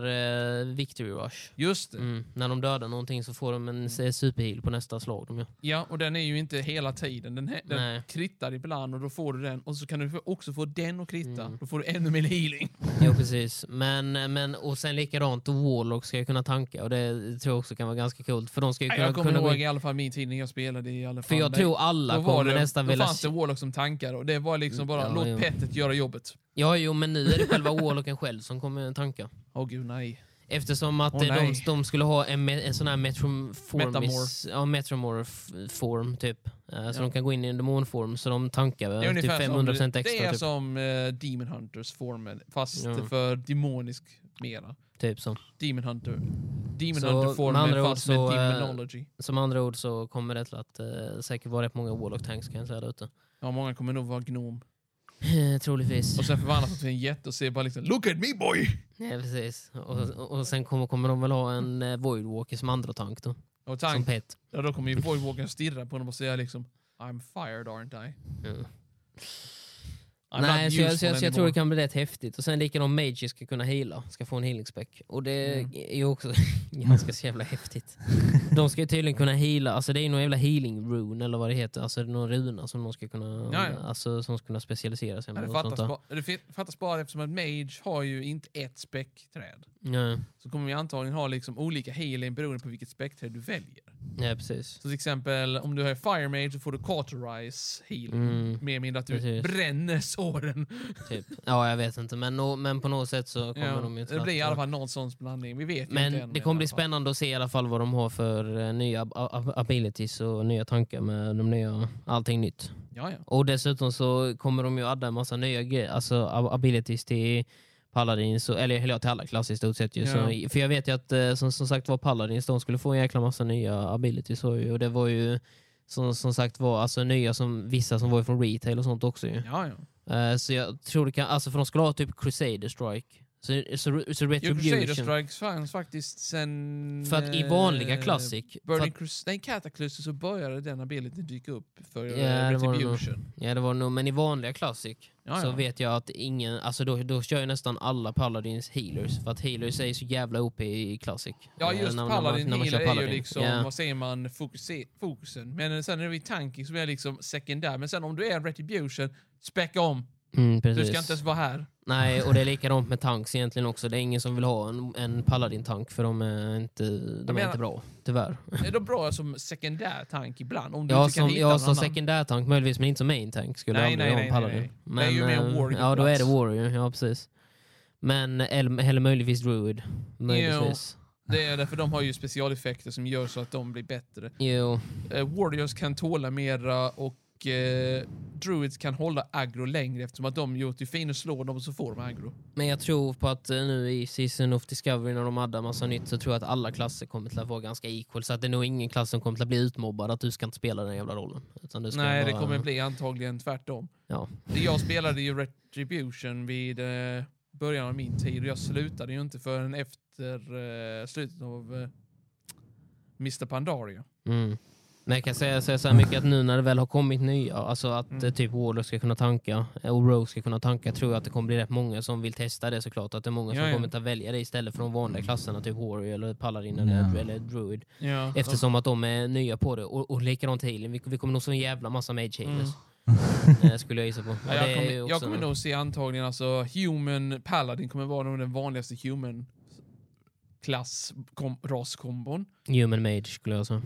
Speaker 1: eh, Victory Rush?
Speaker 3: Just det.
Speaker 1: Mm. När de dödar någonting så får de en mm. superheal på nästa slag. De gör.
Speaker 3: Ja, och den är ju inte hela tiden. Den, he- den
Speaker 1: Nej.
Speaker 3: krittar ibland och då får du den. Och så kan du få- också få den att kritta.
Speaker 1: Mm.
Speaker 3: Då får du ännu mer healing.
Speaker 1: Jo, precis. Men, men, och sen likadant, Warlock ska ju kunna tanka och det tror jag också kan vara ganska coolt. För de ska ju kunna...
Speaker 3: Jag kommer
Speaker 1: kunna gå
Speaker 3: ihåg
Speaker 1: in-
Speaker 3: i alla fall min tid när jag spelade i alla fall.
Speaker 1: för jag
Speaker 3: där-
Speaker 1: tror
Speaker 3: då
Speaker 1: alla
Speaker 3: var
Speaker 1: kommer
Speaker 3: det,
Speaker 1: nästan
Speaker 3: då
Speaker 1: vilja...
Speaker 3: fanns det Warlock som tankar och det var liksom bara
Speaker 1: Ja,
Speaker 3: låt
Speaker 1: jo.
Speaker 3: pettet göra jobbet.
Speaker 1: Ja, jo, men nu är det själva Warlocken själv som kommer tanka.
Speaker 3: Åh gud nej.
Speaker 1: Eftersom att
Speaker 3: Åh,
Speaker 1: eh, de,
Speaker 3: nej.
Speaker 1: de skulle ha en, me- en sån här metromorph
Speaker 3: Metamorph.
Speaker 1: ja, metromorph form typ. Eh, Så
Speaker 3: Ja.
Speaker 1: de kan gå in i en demonform så de tankar
Speaker 3: Det är
Speaker 1: väl typ
Speaker 3: ungefär
Speaker 1: 500
Speaker 3: som,
Speaker 1: extra.
Speaker 3: det är
Speaker 1: typ,
Speaker 3: som eh, Demon Hunters formen fast
Speaker 1: Ja.
Speaker 3: för demonisk mera.
Speaker 1: typ så.
Speaker 3: Demon Hunter. Demon
Speaker 1: Så,
Speaker 3: Hunter
Speaker 1: med
Speaker 3: formen
Speaker 1: andra ord
Speaker 3: fast med
Speaker 1: så, eh,
Speaker 3: demonology.
Speaker 1: Som andra ord så kommer det till att eh, säkert vara rätt många Warlock tanks kan jag säga där ute.
Speaker 3: Ja, många kommer nog vara gnom.
Speaker 1: Eh, Troligtvis. Mm.
Speaker 3: Och sen förvandlas de till en jätte och ser bara liksom Look at me boy!
Speaker 1: Ja, precis. Och, och och sen kommer, kommer de väl ha en eh, Void Walker som andra tank då.
Speaker 3: Och
Speaker 1: Som
Speaker 3: tank,
Speaker 1: pet.
Speaker 3: ja, då kommer ju Voidwalkern stirra på honom och säga liksom I'm fired aren't I?
Speaker 1: Ja.
Speaker 3: I'm
Speaker 1: Nej,
Speaker 3: not
Speaker 1: så jag,
Speaker 3: useful
Speaker 1: så jag, så jag tror
Speaker 3: anymore."
Speaker 1: det kan bli rätt häftigt. Och sen likadant Mage ska kunna heala, ska få en healing spec. Och det
Speaker 3: Mm.
Speaker 1: är ju också ganska så jävla häftigt. De ska ju tydligen kunna heala, alltså det är någon jävla healing rune eller vad det heter, alltså någon runa som de ska kunna,
Speaker 3: Ja, ja.
Speaker 1: Alltså, som ska kunna specialisera sig
Speaker 3: Ja,
Speaker 1: med.
Speaker 3: det,
Speaker 1: och sånt
Speaker 3: fattas
Speaker 1: där.
Speaker 3: bara, det fi- fattas bara eftersom att Mage har ju inte ett späckträd.
Speaker 1: Ja,
Speaker 3: Så kommer vi antagligen ha liksom olika healing beroende på vilket späckträd du väljer.
Speaker 1: ja, precis.
Speaker 3: Så till exempel om du har Fire Mage så får du Cauterize healing.
Speaker 1: Mm.
Speaker 3: Mer eller mindre att du
Speaker 1: Precis.
Speaker 3: bränner såren.
Speaker 1: Typ. Ja, jag vet inte. Men, nå- men på något sätt så kommer
Speaker 3: Ja.
Speaker 1: de ju
Speaker 3: Det
Speaker 1: att-
Speaker 3: blir i alla fall någon sån blandning. Vi vet ju inte
Speaker 1: Men
Speaker 3: än,
Speaker 1: det
Speaker 3: i
Speaker 1: kommer bli
Speaker 3: alla fall.
Speaker 1: spännande att se i alla fall vad de har för eh, nya ab- ab- abilities och nya tankar med de nya, allting nytt.
Speaker 3: Ja, ja.
Speaker 1: Och dessutom så kommer de ju adda en massa nya gre- alltså ab- abilities till Paladins, och- eller hela till alla klasser i stort sett. Ju.
Speaker 3: Ja.
Speaker 1: Så, för jag vet ju att eh, som, som sagt var Paladins, de skulle få en jäkla massa nya abilities har ju, och det var ju som, som sagt var alltså nya som vissa som var ju från retail och sånt också ju.
Speaker 3: ja, ja.
Speaker 1: Eh, så jag tror det kan, alltså för de skulle ha typ Crusader Strike. Så, så, så
Speaker 3: Jo, Crusader
Speaker 1: Retribution.
Speaker 3: Strikes fanns faktiskt sen...
Speaker 1: För att i vanliga
Speaker 3: eh,
Speaker 1: Classic, för
Speaker 3: Burning
Speaker 1: att,
Speaker 3: Crus- nej, Cataclysm så började den abilityn dyka upp för eh,
Speaker 1: Ja, det var det nog.
Speaker 3: Retribution.
Speaker 1: ja, det var nog, men i vanliga Classic
Speaker 3: Ja,
Speaker 1: så
Speaker 3: ja.
Speaker 1: vet jag att ingen, alltså då, då kör ju nästan alla Paladins healers. För att healers är ju så jävla OP i Classic.
Speaker 3: Ja,
Speaker 1: Eh,
Speaker 3: just
Speaker 1: när- när man-
Speaker 3: Paladin
Speaker 1: när man kör
Speaker 3: healer är ju
Speaker 1: Paladin.
Speaker 3: liksom,
Speaker 1: Ja.
Speaker 3: vad säger man, fokuser, fokusen. Men eh, sen är vi tanking som är liksom sekundär. Men sen om du är retribution, späcka om.
Speaker 1: Mm,
Speaker 3: Du
Speaker 1: precis.
Speaker 3: ska inte ens vara här.
Speaker 1: Nej, och det är likadant med tanks egentligen också. Det är ingen som vill ha en, en Paladin-tank för de är inte, de är
Speaker 3: menar-
Speaker 1: inte bra. Tyvärr.
Speaker 3: Är de bra som sekundär tank ibland? Om du
Speaker 1: Ja,
Speaker 3: inte kan
Speaker 1: som,
Speaker 3: hitta
Speaker 1: ja,
Speaker 3: någon
Speaker 1: som
Speaker 3: annan.
Speaker 1: sekundärtank möjligtvis, men inte som main tank skulle
Speaker 3: Nej,
Speaker 1: jag aldrig
Speaker 3: nej,
Speaker 1: ha
Speaker 3: nej,
Speaker 1: en paladin.
Speaker 3: nej, nej. Det är ju mer
Speaker 1: eh,
Speaker 3: warrior
Speaker 1: Ja, då är
Speaker 3: plats.
Speaker 1: det warrior. Ja, precis. Men, eller, eller möjligtvis druid. Möjligtvis.
Speaker 3: Det är därför de har ju specialeffekter som gör så att de blir bättre.
Speaker 1: Jo.
Speaker 3: Eh, Warriors kan tåla mera och eh, Druids kan hålla aggro längre eftersom att de gjort det fin och slår dem och så får de aggro.
Speaker 1: Men jag tror på att eh, nu i Season of Discovery när de addar massa nytt så tror jag att alla klasser kommer till att vara ganska equal. Så att det är nog ingen klass som kommer till att bli utmobbad att du ska inte spela den jävla rollen. Utan du ska
Speaker 3: Nej, det
Speaker 1: bara-
Speaker 3: kommer bli antagligen tvärtom.
Speaker 1: Ja.
Speaker 3: Jag spelade ju Retribution vid eh, början av min tid och jag slutade ju inte förrän efter eh, slutet av eh, Mr Pandaria.
Speaker 1: Mm. Men jag kan säga, säga så här mycket att nu när det väl har kommit nya, alltså att
Speaker 3: Mm.
Speaker 1: eh, typ Warlock ska kunna tanka eh, och Rogue ska kunna tanka, tror jag att det kommer bli rätt många som vill testa det såklart. Att det är många som
Speaker 3: Ja, Mm. ja.
Speaker 1: kommer att välja det istället för de vanliga klasserna, typ Warrior eller Paladin eller,
Speaker 2: Ja.
Speaker 1: eller Druid.
Speaker 3: Ja.
Speaker 1: Eftersom att de är nya på det. Och, och likadant healing, vi, vi kommer nog se en jävla massa mage healers. eh, skulle jag gissa på. Och
Speaker 3: Mm. Ja,
Speaker 1: det är
Speaker 3: jag,
Speaker 1: ju
Speaker 3: kommer, jag
Speaker 1: också-
Speaker 3: kommer nog se antagligen alltså Human Paladin kommer vara nog den vanligaste Human klass kom, raskombon.
Speaker 1: Human mage skulle jag säga.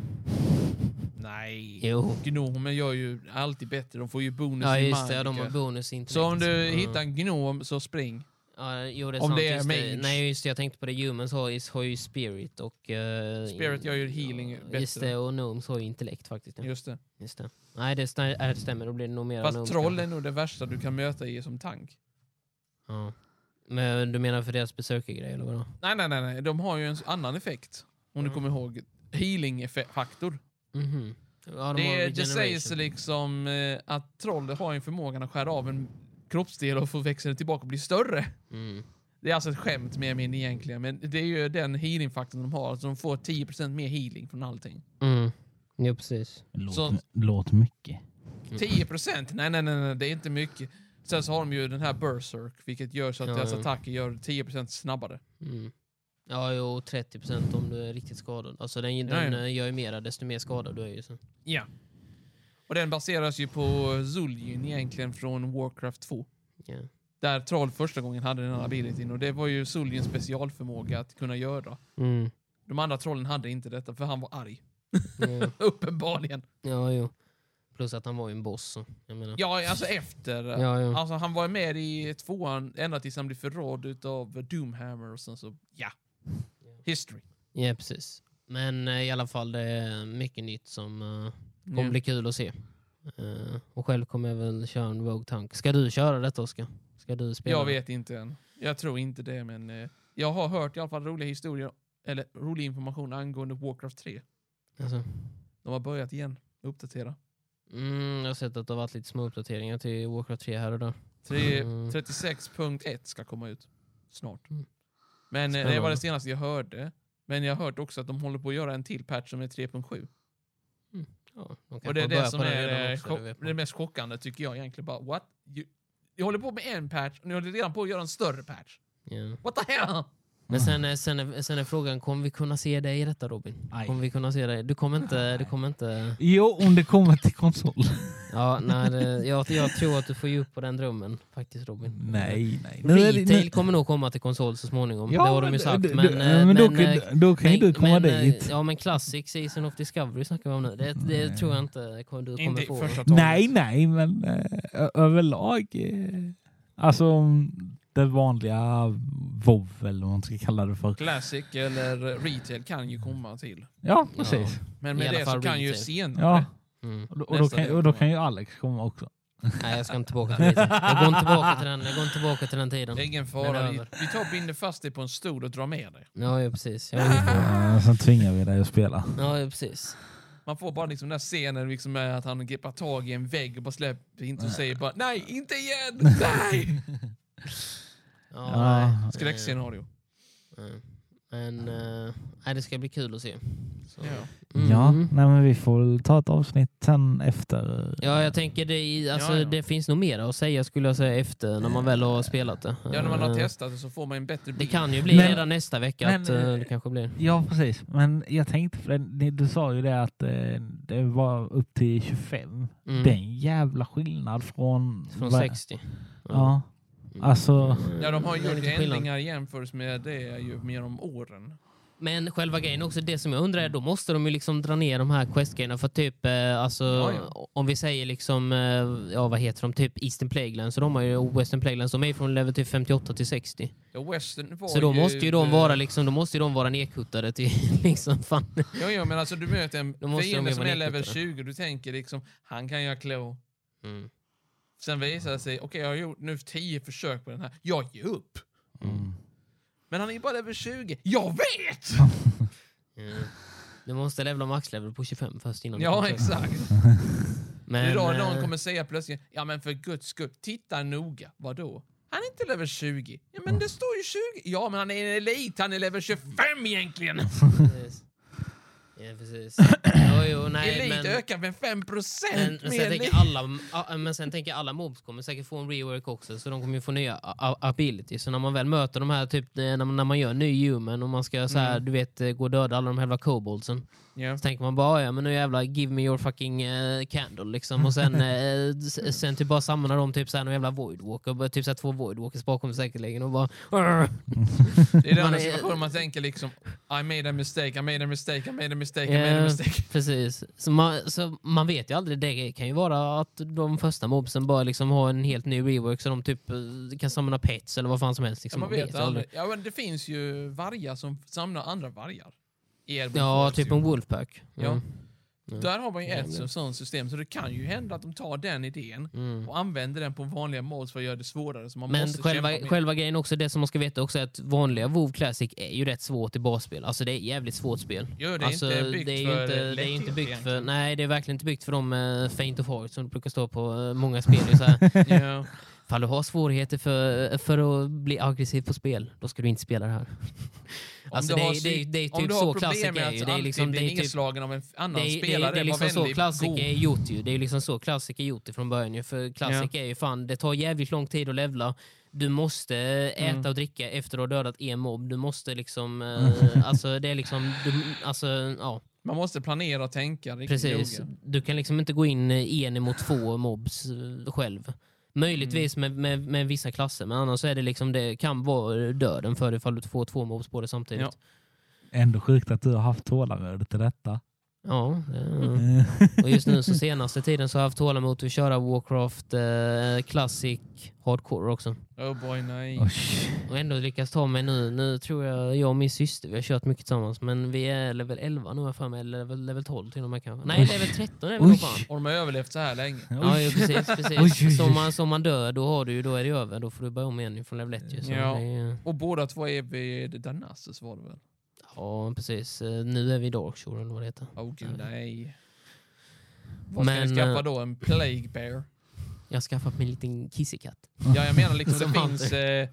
Speaker 3: Nej.
Speaker 1: Jo.
Speaker 3: Gnomer gör ju alltid bättre. De får ju bonus
Speaker 1: Ja
Speaker 3: i
Speaker 1: just det, ja, de har
Speaker 3: magica.
Speaker 1: bonus inte.
Speaker 3: Så om du hittar en gnom så spring.
Speaker 1: Ja, jo, det är
Speaker 3: Om
Speaker 1: sant.
Speaker 3: det är
Speaker 1: just
Speaker 3: mage.
Speaker 1: Nej, just det. Jag tänkte på det. Humans har, is- har ju spirit och... eh,
Speaker 3: Spirit gör ju healing
Speaker 1: Just
Speaker 3: bättre.
Speaker 1: det, och gnomes har ju intellekt faktiskt. Ja.
Speaker 3: Just det.
Speaker 1: Just det. Nej, det, stä- äh, det stämmer. Då blir det nog mer
Speaker 3: Fast
Speaker 1: gnomes
Speaker 3: troll
Speaker 1: kanske.
Speaker 3: är nog det värsta du kan möta i som tank.
Speaker 1: Ja. Men du menar för deras besökargrej eller vadå?
Speaker 3: Nej, nej, nej, nej. De har ju en s- annan effekt. Om
Speaker 1: Mm.
Speaker 3: du kommer ihåg. Healing-faktor.
Speaker 1: Mhm. Ja, de har
Speaker 3: Det, det
Speaker 1: regeneration.
Speaker 3: sägs liksom eh, att troll har en förmågan att skära av en kroppsdel och få växa den tillbaka och bli större.
Speaker 1: Mm.
Speaker 3: Det är alltså ett skämt mer min egentligen, men det är ju den healing-faktorn de har. Så de får 10% mer healing från allting.
Speaker 1: Mm. Jo, precis.
Speaker 2: Låt,
Speaker 3: Så-
Speaker 2: låt mycket.
Speaker 1: Mm.
Speaker 3: 10%? Nej, nej, nej, nej, det är inte mycket. Sen så har de ju den här berserk, vilket gör så att
Speaker 1: Ja,
Speaker 3: deras
Speaker 1: ja.
Speaker 3: attacker gör 10% snabbare.
Speaker 1: Mm. Ja, jo, 30% om du är riktigt skadad. Alltså den,
Speaker 3: Ja, ja.
Speaker 1: den eh, gör ju mera desto mer skadad du är ju. Så.
Speaker 3: Ja. Och den baseras ju på Zul'jin egentligen från Warcraft 2.
Speaker 1: Ja.
Speaker 3: Där troll första gången hade den här abilityn och det var ju Zul'jins specialförmåga att kunna göra.
Speaker 1: Mm.
Speaker 3: De andra trollen hade inte detta för han var arg.
Speaker 1: Ja.
Speaker 3: Uppenbarligen.
Speaker 1: ja, jo. Plus att han var ju en boss. Så. Jag menar.
Speaker 3: Ja, alltså efter.
Speaker 1: Ja, ja.
Speaker 3: Alltså han var med i tvåan ända tills han blev förrådd utav Doomhammer och sen så, ja. History.
Speaker 1: ja, precis. Men eh, i alla fall, det är mycket nytt som eh, kommer bli kul att se. Eh, och själv kommer jag väl köra en Rogue Tank. Ska du köra detta, Oskar? Ska du spela?
Speaker 3: Jag
Speaker 1: det?
Speaker 3: vet inte än. Jag tror inte det, men eh, jag har hört i alla fall roliga historier, eller rolig information angående Warcraft 3.
Speaker 1: Alltså.
Speaker 3: De har börjat igen, uppdatera.
Speaker 1: Mm, jag har sett att det har varit lite små uppdateringar till Warcraft 3 här och där.
Speaker 3: Tre-
Speaker 1: Mm.
Speaker 3: 36.1 ska komma ut snart.
Speaker 1: Mm.
Speaker 3: Men eh, det var
Speaker 1: Spännande.
Speaker 3: det senaste jag hörde. Men jag har hört också att de håller på att göra en till patch som är 3.7.
Speaker 1: Ja, de
Speaker 3: Och
Speaker 1: kanske
Speaker 3: det är
Speaker 1: har
Speaker 3: det
Speaker 1: börjat
Speaker 3: som
Speaker 1: på den
Speaker 3: är
Speaker 1: redan
Speaker 3: eh,
Speaker 1: också, det
Speaker 3: chock-
Speaker 1: vet man.
Speaker 3: det mest chockande tycker jag egentligen. Bara, what? You, jag håller på med en patch och ni håller redan på att göra en större patch.
Speaker 1: Ja.
Speaker 3: What the hell?
Speaker 1: Men sen, är- sen, är, sen är frågan, kommer vi kunna se dig i detta Robin?
Speaker 2: Nej.
Speaker 1: Kommer vi kunna se dig? Du kommer inte... Du kommer inte
Speaker 2: Jo, om det kommer till konsol.
Speaker 1: ja, nej, det, jag, jag tror att du får ge upp på den drömmen faktiskt Robin.
Speaker 2: nej, nej.
Speaker 1: Retail kommer nog komma till konsol så småningom, det har de ju sagt.
Speaker 2: d- d-
Speaker 1: Men, eh,
Speaker 2: men, då,
Speaker 1: men, eh,
Speaker 2: kan, då kan ju
Speaker 1: men-
Speaker 2: du komma
Speaker 1: men, eh,
Speaker 2: dit.
Speaker 1: Ja men Classic Season of Discovery snackar vi om nu. Det, det tror jag inte kom- du kommer
Speaker 3: Inte i
Speaker 1: få.
Speaker 3: första taget.
Speaker 2: Nej, nej, men eh, överlag. Eh, alltså det vanliga WoW eller vad man ska kalla det för.
Speaker 3: Classic eller retail kan ju komma till.
Speaker 2: Ja, precis.
Speaker 3: Men
Speaker 1: I
Speaker 3: med
Speaker 1: alla
Speaker 3: det
Speaker 1: fall
Speaker 3: så kan ju
Speaker 1: retail.
Speaker 3: senare.
Speaker 2: Ja.
Speaker 1: Mm.
Speaker 2: Och, då, och, då
Speaker 3: Nästa
Speaker 2: kan,
Speaker 3: del
Speaker 2: och då
Speaker 3: kommer.
Speaker 2: kan ju Alex komma också.
Speaker 1: Nej jag ska inte tillbaka till det. Jag går inte tillbaka till den, jag går inte tillbaka till den tiden.
Speaker 3: Det är ingen
Speaker 1: Men det är
Speaker 3: fara. Vi,
Speaker 1: över.
Speaker 3: vi tar och binder fast dig på en stol och drar med dig.
Speaker 1: Ja ja, precis. Jag vill inte-
Speaker 2: Uh, sen tvingar vi dig att spela.
Speaker 1: ja ja, precis.
Speaker 3: Man får bara liksom den där scenen liksom med att han greppar tag i en vägg och bara släpper inte och säger bara nej, inte igen, nej!
Speaker 1: Ja,
Speaker 2: Ja.
Speaker 1: nej.
Speaker 3: Skräckscenario.
Speaker 1: Nej. Men eh, nej, det ska bli kul att se. Så.
Speaker 3: Ja.
Speaker 1: Mm.
Speaker 2: Ja, nej, men vi får väl ta ett avsnitt sen efter.
Speaker 1: Ja, jag tänker det, i- alltså,
Speaker 3: Ja, ja.
Speaker 1: det finns nog mer att säga skulle jag säga efter när man väl har spelat det.
Speaker 3: Ja, när man har
Speaker 1: Eh,
Speaker 3: testat det så får man en bättre
Speaker 1: Det
Speaker 3: bild.
Speaker 1: kan ju bli
Speaker 2: Men-
Speaker 1: redan nästa vecka
Speaker 2: men,
Speaker 1: att eh,
Speaker 2: eh,
Speaker 1: det kanske blir.
Speaker 2: Ja, precis. Men jag tänkte, för det, ni- du sa ju det att eh, det var upp till 25.
Speaker 1: Mm.
Speaker 2: Det är en jävla skillnad från...
Speaker 1: Från
Speaker 2: vad-
Speaker 1: 60.
Speaker 2: Ja, alltså...
Speaker 3: Ja, de har
Speaker 1: Det är
Speaker 3: gjort
Speaker 1: lite skillnad.
Speaker 3: ändringar jämfört med det ju genom åren.
Speaker 1: Men själva grejen också, det som jag undrar är, då måste de ju liksom dra ner de här questgrejerna för typ, eh, alltså,
Speaker 3: Ja, ja.
Speaker 1: om vi säger liksom, eh, ja vad heter de, typ Eastern Plaguelands, så de har ju och Western Plaguelands, de är ju från level typ 58 till 60.
Speaker 3: Ja, Western var
Speaker 1: Så då måste ju de
Speaker 3: eh,
Speaker 1: vara liksom, då måste ju de vara nedkuttade till liksom fan.
Speaker 3: Ja, ja, men alltså du möter en
Speaker 1: Då måste de
Speaker 3: fiende
Speaker 1: ju
Speaker 3: som
Speaker 1: vara
Speaker 3: är level
Speaker 1: nedklippta.
Speaker 3: 20 du tänker liksom, han kan göra klå.
Speaker 1: Mm.
Speaker 3: Sen visar det sig, okej jag har gjort nu 10 försök på den här, jag ger upp.
Speaker 2: Mm.
Speaker 3: Men han är ju bara level 20. Jag vet!
Speaker 1: Du måste levla maxlevel på 25 först innan du kan
Speaker 3: Ja,
Speaker 1: köra.
Speaker 3: exakt. Det
Speaker 1: Men,
Speaker 3: är då
Speaker 1: eh,
Speaker 3: någon kommer säga plötsligt, ja men för guds skull, titta noga. Vadå? Han är inte level 20. Ja
Speaker 1: Mm.
Speaker 3: men det står ju 20. Ja men han är en elit, han är level 25 egentligen.
Speaker 1: precis. Ja, precis. Jo, jo, nej,
Speaker 3: elit
Speaker 1: men,
Speaker 3: ökar med 5
Speaker 1: men,
Speaker 3: procent.
Speaker 1: sen tänker alla, a- men sen tänker jag alla mobs kommer säkert få en rework också, så de kommer ju få nya a- a- abilities. Så när man väl möter de här, typ eh, när man, när man gör ny human och man ska så här, du vet, eh, gå och döda alla de här jävla koboldsen.
Speaker 3: Ja.
Speaker 1: Så tänker man bara, ja men nu jävlar, give me your fucking eh, candle liksom. Och sen, eh, s- sen typ bara samlar de typ såhär någon jävla voidwalker, bara typ såhär två voidwalkers bakom säkerligen och bara...
Speaker 3: Det är
Speaker 1: Man
Speaker 3: den
Speaker 1: är-
Speaker 3: situationen man tänker liksom, I made a mistake, I made a mistake, I made a mistake. make a many
Speaker 1: Eh,
Speaker 3: mistake.
Speaker 1: Precis. Så man, så man vet ju aldrig. Det kan ju vara att de första mobsen bara liksom har en helt ny rework så de typ eh, kan samla pets eller vad fan som helst.
Speaker 3: Ja,
Speaker 1: Liksom.
Speaker 3: man vet
Speaker 1: ju
Speaker 3: aldrig. Ja, men det finns ju vargar som samlar andra vargar. I Elden
Speaker 1: Ja,
Speaker 3: Forest
Speaker 1: typ
Speaker 3: ju.
Speaker 1: en wolfpack.
Speaker 3: Ja.
Speaker 1: Ja.
Speaker 3: Där har man ju
Speaker 1: Ja,
Speaker 3: ett
Speaker 1: det-
Speaker 3: sånt- sånt system, så det kan ju hända att de tar den idén
Speaker 1: Mm.
Speaker 3: och använder den på vanliga mods för att göra det svårare. Så man
Speaker 1: Men
Speaker 3: måste
Speaker 1: själva,
Speaker 3: kämpa med.
Speaker 1: själva grejen också, det som man ska veta också är att vanliga WoW Classic är ju rätt svårt i basspel. Alltså det är ett jävligt svårt spel.
Speaker 3: Jo, det är
Speaker 1: alltså,
Speaker 3: inte byggt
Speaker 1: det är ju
Speaker 3: för
Speaker 1: inte, det är
Speaker 3: lätthet
Speaker 1: inte byggt för,
Speaker 3: egentligen.
Speaker 1: Nej, det är verkligen inte byggt för de uh, faint of heart som det brukar stå på eh, många spel. Det är Så här,
Speaker 3: Ja.
Speaker 1: Ifall du har svårigheter för, för att bli aggressiv på spel, då ska du inte spela det här. alltså
Speaker 3: du
Speaker 1: det,
Speaker 3: har
Speaker 1: är-
Speaker 3: sy-
Speaker 1: det, är- det är
Speaker 3: Om
Speaker 1: typ
Speaker 3: du har
Speaker 1: så
Speaker 3: problem
Speaker 1: Classic
Speaker 3: med
Speaker 1: är
Speaker 3: att
Speaker 1: ju. Det är
Speaker 3: alltid
Speaker 1: liksom, det
Speaker 3: bli
Speaker 1: är typ,
Speaker 3: nedslagen av en f- annan
Speaker 1: det är, det,
Speaker 3: spelare,
Speaker 1: är, det är liksom
Speaker 3: var
Speaker 1: så
Speaker 3: vänlig,
Speaker 1: Classic
Speaker 3: god.
Speaker 1: är gjort ju. Det är liksom så Classic är gjort från början ju. För Classic är ju fan, det tar jävligt lång tid att levla. Du måste äta
Speaker 3: Mm.
Speaker 1: och dricka efter att ha dödat en mob. Du måste liksom,
Speaker 3: Mm.
Speaker 1: eh, alltså det är liksom, du, alltså ja,
Speaker 3: Man måste planera och tänka riktigt
Speaker 1: precis.
Speaker 3: noga.
Speaker 1: Du kan liksom inte gå in eh, en emot två mobs eh, själv. Möjligtvis
Speaker 3: Mm.
Speaker 1: med, med, med vissa klasser, men annars är det liksom, det kan vara döden för dig ifall du får två mobs på dig samtidigt.
Speaker 3: Ja.
Speaker 1: Ja,
Speaker 2: Ändå sjukt att du har haft tålamod till detta.
Speaker 1: det- eh, Och just nu så senaste tiden så har jag haft tålamod att köra Warcraft eh, Classic Hardcore också.
Speaker 3: Oh boy, nej.
Speaker 2: Oj.
Speaker 1: Och ändå lyckats ta mig nu. Nu tror jag, jag och min syster, vi har kört mycket tillsammans, men vi är level 11 nu har jag för mig, eller level, level 12 till och med kanske. Nej,
Speaker 2: Oj.
Speaker 1: level 13 är vi
Speaker 2: Oj.
Speaker 1: nog fan.
Speaker 3: Har de överlevt så här länge?
Speaker 1: Ja, ju, precis.
Speaker 2: Oj, oj, oj.
Speaker 1: precis. Så om man, så om man dör, då, har du, ju- då är det över. Då får du börja om igen från level 1. Ju. Så
Speaker 3: Ja.
Speaker 1: det är,
Speaker 3: Och båda två är vid Danassus var det väl?
Speaker 1: ja, precis. Eh, Nu är vi i Darkshore, eller vad det heter.
Speaker 3: Åh Oh, gud,
Speaker 1: Mm.
Speaker 3: nej. Vad ska
Speaker 1: Men,
Speaker 3: ni skaffa
Speaker 1: eh,
Speaker 3: då? En Plague Bear?
Speaker 1: Jag har skaffat mig en liten kissekatt.
Speaker 3: Ja, jag menar liksom
Speaker 1: Som
Speaker 3: det finns...
Speaker 1: alltid.
Speaker 3: Eh,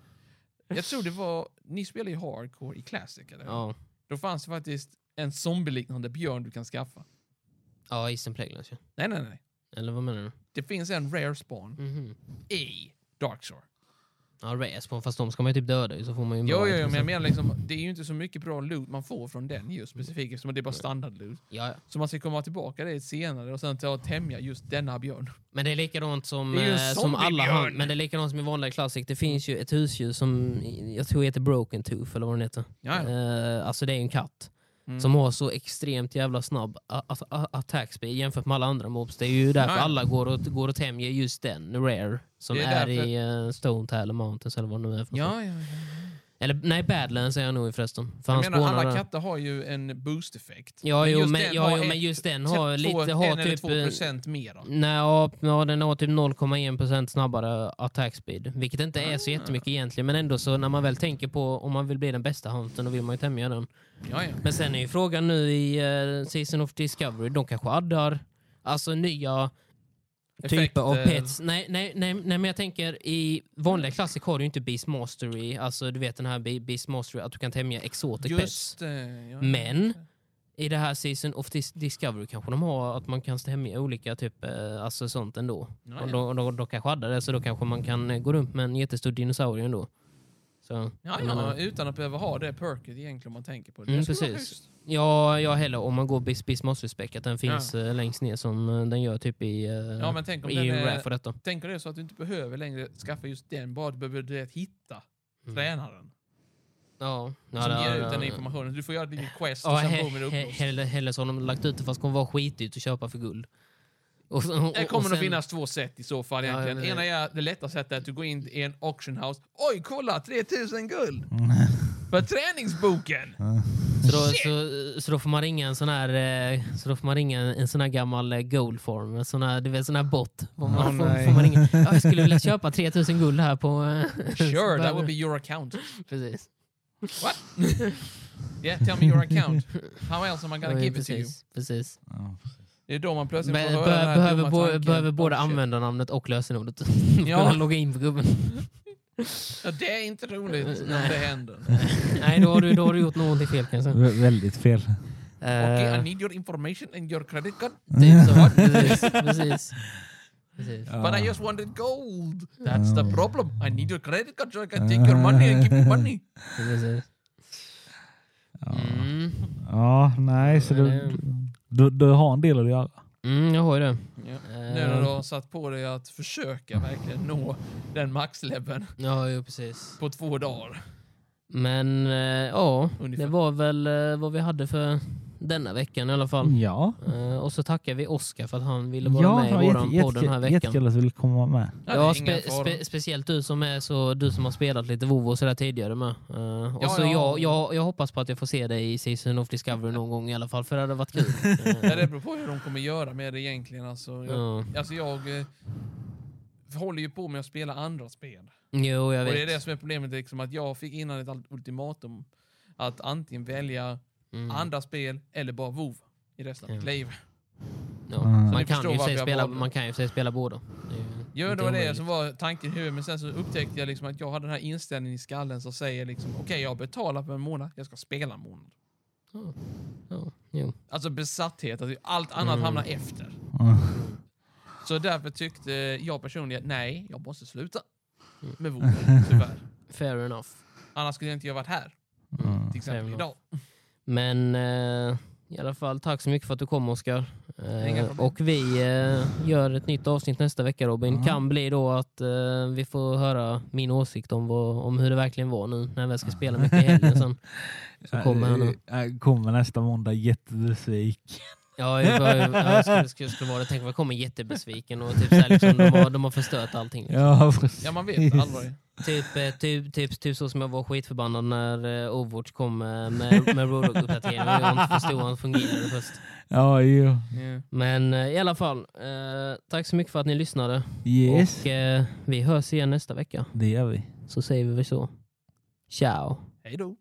Speaker 3: jag tror det var... Ni spelar ju Hardcore i Classic, eller?
Speaker 1: Ja,
Speaker 3: Då fanns det faktiskt en zombieliknande björn du kan skaffa.
Speaker 1: ja Eastern Playglands ja.
Speaker 3: Nej, nej, nej.
Speaker 1: Eller vad menar du?
Speaker 3: Det finns en rare spawn
Speaker 1: Mhm.
Speaker 3: i Darkshore.
Speaker 1: Ja, Respawn, fast de ska man ju typ döda ju, så får man ju en
Speaker 3: Jo,
Speaker 1: bra
Speaker 3: jo, jo, men jag
Speaker 1: liksom.
Speaker 3: menar liksom, det är ju inte så mycket bra loot man får från den just specifikt eftersom det är bara standard loot.
Speaker 1: Ja, ja.
Speaker 3: Så man ska komma tillbaka dit senare och sen ta och tämja just denna björn.
Speaker 1: Men det är likadant som,
Speaker 3: Det är ju en
Speaker 1: eh, som alla
Speaker 3: zombiebjörn.
Speaker 1: hand, Men det är likadant som i vanliga Classic. Det finns ju ett husdjur som jag tror heter Broken Tooth eller vad den heter.
Speaker 3: Ja, ja.
Speaker 1: Eh, alltså det är en katt.
Speaker 3: Mm.
Speaker 1: Som har så extremt jävla snabb a- a- a- attack speed jämfört med alla andra mobs. Det är ju därför
Speaker 3: Ja, ja.
Speaker 1: alla går och, går och tämjer just den, Rare. Som
Speaker 3: Det
Speaker 1: är,
Speaker 3: är
Speaker 1: i uh, Stone Tail Mountains eller vad det nu är för något.
Speaker 3: Ja, ja, ja.
Speaker 1: Eller nej, Badlands är jag nog i förresten. För han
Speaker 3: Jag menar,
Speaker 1: spånar
Speaker 3: alla
Speaker 1: där.
Speaker 3: katter har ju en boost-effekt.
Speaker 1: Ja, jo,
Speaker 3: just
Speaker 1: men,
Speaker 3: den
Speaker 1: ja,
Speaker 3: har
Speaker 1: jo,
Speaker 3: ett-
Speaker 1: men just den
Speaker 3: sen
Speaker 1: har
Speaker 3: två-
Speaker 1: lite...
Speaker 3: en
Speaker 1: Har
Speaker 3: eller
Speaker 1: typ,
Speaker 3: två
Speaker 1: eh,
Speaker 3: procent mera.
Speaker 1: Nej, ja, ja, den har typ 0,1% snabbare attack speed. Vilket inte är
Speaker 3: Ah.
Speaker 1: så jättemycket egentligen, men ändå så när man väl tänker på om man vill bli den bästa huntern, då vill man ju tämja den.
Speaker 3: Ja, ja.
Speaker 1: Men sen är ju frågan nu i eh, Season of Discovery, de kanske addar alltså nya typer typ av
Speaker 3: Effekter.
Speaker 1: pets. Nej, nej, nej, nej, men jag tänker i vanliga Classic har du ju inte Beast Mastery, alltså du vet den här Be- Beast Mastery, att du kan tämja exotic pets.
Speaker 3: eh, Just det. Ja.
Speaker 1: Men i det här Season of Dis- Discovery kanske de har att man kan tämja olika typ, eh, alltså sånt ändå.
Speaker 3: Ja,
Speaker 1: Och
Speaker 3: ja.
Speaker 1: då, då, då kanske hade det, så då kanske man kan eh, gå runt med en jättestor dinosaurie ändå. Så,
Speaker 3: Ja,
Speaker 1: jag
Speaker 3: ja,
Speaker 1: menar-
Speaker 3: utan att behöva ha det perket egentligen om man tänker på det.
Speaker 1: Mm,
Speaker 3: det skulle vara
Speaker 1: precis.
Speaker 3: schysst.
Speaker 1: ja, jag heller om man går Bis Bis Mossespec, att den finns eh, längst ner som eh, den gör typ i, eh,
Speaker 3: Ja, men tänk om
Speaker 1: i
Speaker 3: den
Speaker 1: Rare
Speaker 3: är,
Speaker 1: för detta.
Speaker 3: tänk om det är så att du inte behöver längre skaffa just den, bara du behöver du vet, hitta
Speaker 1: Mm.
Speaker 3: tränaren
Speaker 1: Ja, ja,
Speaker 3: som
Speaker 1: det-
Speaker 3: ger
Speaker 1: ja,
Speaker 3: ut den
Speaker 1: ja.
Speaker 3: informationen. Du får göra din quest
Speaker 1: Ja,
Speaker 3: och sen
Speaker 1: he-
Speaker 3: boom är det
Speaker 1: he-
Speaker 3: upplåst.
Speaker 1: heller, heller så har de lagt ut det fast det kommer vara skitdyrt att köpa för guld. Och, och, och,
Speaker 3: Det kommer
Speaker 1: och
Speaker 3: att
Speaker 1: sen-
Speaker 3: finnas två sätt i så fall.
Speaker 1: Ja,
Speaker 3: Egentligen.
Speaker 1: men det-
Speaker 3: Ena är det lätta sättet är att du går in i en auction house. Oj, kolla! 3000 guld!
Speaker 2: Mm.
Speaker 3: För träningsboken!
Speaker 1: Så då,
Speaker 3: Mm.
Speaker 1: så, så då får man ringa en sån här, eh, så då får man ringa en sån här gammal eh, goldform, en sån här, du vet, sån här bot. Får man,
Speaker 3: Åh,
Speaker 1: får,
Speaker 3: nej.
Speaker 1: får man ringa, ja, jag skulle vilja köpa 3000 guld här på... eh,
Speaker 3: Sure,
Speaker 1: så
Speaker 3: that would
Speaker 1: börjar-
Speaker 3: be your account.
Speaker 1: Precis.
Speaker 3: What? yeah, tell me your account. How else am I gonna
Speaker 1: Ja,
Speaker 3: give it to you?
Speaker 1: precis, precis.
Speaker 2: Ja.
Speaker 3: Det är då man plötsligt
Speaker 1: Be,
Speaker 3: får höra den
Speaker 1: be,
Speaker 3: här
Speaker 1: behöver,
Speaker 3: dumma
Speaker 1: bo,
Speaker 3: tanken.
Speaker 1: behöver både
Speaker 3: Oh, shit.
Speaker 1: användarnamnet och lösenordet.
Speaker 3: Ja.
Speaker 1: Ja. Kunna logga in på gubben.
Speaker 3: Ja, det är inte roligt när
Speaker 1: Nej. Eh.
Speaker 3: det händer.
Speaker 1: Nej, då har, du, då har du gjort någonting fel kanske.
Speaker 2: Vä- Väldigt fel.
Speaker 3: Okay, I
Speaker 1: Eh,
Speaker 3: need your information and your credit card,
Speaker 1: typ så. Precis. precis. precis.
Speaker 2: Ja.
Speaker 3: but I just wanted gold. That's the
Speaker 2: Ja.
Speaker 1: Ah.
Speaker 3: problem. I need your credit card so I can take your money and give you money.
Speaker 1: precis.
Speaker 2: Ja.
Speaker 1: Mm.
Speaker 2: Ja, nej, så du, du, du har en del att göra.
Speaker 1: Mm, jag har ju det. Eh,
Speaker 3: Ja.
Speaker 1: Ah.
Speaker 3: Nu när du har satt på dig att försöka verkligen nå den maxleveln
Speaker 1: Ja, jo, precis.
Speaker 3: på två dagar.
Speaker 1: Men eh, ja,
Speaker 3: Ungefär.
Speaker 1: det var väl eh, vad vi hade för Denna veckan i alla fall.
Speaker 2: Ja.
Speaker 1: Eh, och så tackar vi Oskar för att han ville vara
Speaker 2: Mm. Ja,
Speaker 1: med i
Speaker 2: det var
Speaker 1: våran
Speaker 2: jätte-
Speaker 1: podd den här
Speaker 2: jättekul-
Speaker 1: veckan.
Speaker 2: Jättekul att du ville komma med.
Speaker 1: Ja,
Speaker 3: Ja, det är ingen
Speaker 1: spe,
Speaker 3: fara.
Speaker 1: spe, speciellt du som, är så, du som har spelat lite WoW och sådär tidigare med. Eh, och
Speaker 3: Ja,
Speaker 1: så
Speaker 3: ja.
Speaker 1: Jag, jag, jag hoppas på att jag får se dig i Season of Discovery någon gång i alla fall, för det hade varit kul.
Speaker 3: Ja,
Speaker 1: Eh,
Speaker 3: det beror på hur de kommer göra med det egentligen. Alltså, jag,
Speaker 1: ja.
Speaker 3: alltså jag eh, håller ju på med att spela andra spel.
Speaker 1: Jo, jag
Speaker 3: Och det är
Speaker 1: vet.
Speaker 3: det som är problemet, liksom, att jag fick innan ett ultimatum att antingen välja
Speaker 1: Mm.
Speaker 3: andra spel eller bara WoW i resten
Speaker 1: Ja.
Speaker 3: av mitt liv.
Speaker 1: Ja.
Speaker 2: Mm. Så
Speaker 1: Man,
Speaker 3: ni förstår
Speaker 1: kan ju
Speaker 3: varför
Speaker 1: sig
Speaker 3: jag
Speaker 1: spela,
Speaker 3: valde.
Speaker 1: man kan ju sig spela båda. Det är ju
Speaker 3: Ja,
Speaker 1: inte
Speaker 3: det var det
Speaker 1: omöjligt.
Speaker 3: som var tanken i huvudet, men sen så upptäckte jag liksom att jag har den här inställningen i skallen som säger liksom okej, jag har betalat för en månad, jag ska spela en månad.
Speaker 1: Ja, jo.
Speaker 3: Alltså besatthet, att allt annat
Speaker 1: Mm.
Speaker 3: hamnar efter.
Speaker 2: Mm.
Speaker 3: Så därför tyckte jag personligen, nej, jag måste sluta
Speaker 1: Mm.
Speaker 3: med WoW, tyvärr.
Speaker 1: Fair enough.
Speaker 3: Annars skulle jag inte ha varit här,
Speaker 2: Mm.
Speaker 3: till exempel
Speaker 1: Fair
Speaker 3: idag.
Speaker 1: Men eh, i alla fall, tack så mycket för att du kom Oskar.
Speaker 3: Inga
Speaker 1: Eh,
Speaker 3: problem. Mm.
Speaker 1: och vi eh, gör ett nytt avsnitt nästa vecka Robin.
Speaker 2: Ja.
Speaker 1: Kan bli då att eh, vi får höra min åsikt om, vad, om hur det verkligen var nu när vi ska spela mycket i helgen sen. Så kommer han nu.
Speaker 2: Jag kommer nästa måndag jättebesviken.
Speaker 1: Ja, jag, bara, jag skulle, skulle, skulle vara det. Tänk vad jag kommer jättebesviken och typ så här, liksom, de, har, de har förstört allting.
Speaker 2: Ja, precis.
Speaker 3: Ja, man vet aldrig.
Speaker 1: Typ, eh, typ, typ, typ så som jag var skitförbannad när eh, Overwatch kom eh, med, med Roadhog-uppdateringen och jag inte förstod hur den fungerade först.
Speaker 2: Ja, jo.
Speaker 3: Ja.
Speaker 1: Men eh, i alla fall, eh, tack så mycket för att ni lyssnade.
Speaker 2: Yes,
Speaker 1: Och eh, vi hörs igen nästa vecka.
Speaker 2: det gör vi.
Speaker 1: Så säger vi väl så. Ciao.
Speaker 3: Hej då!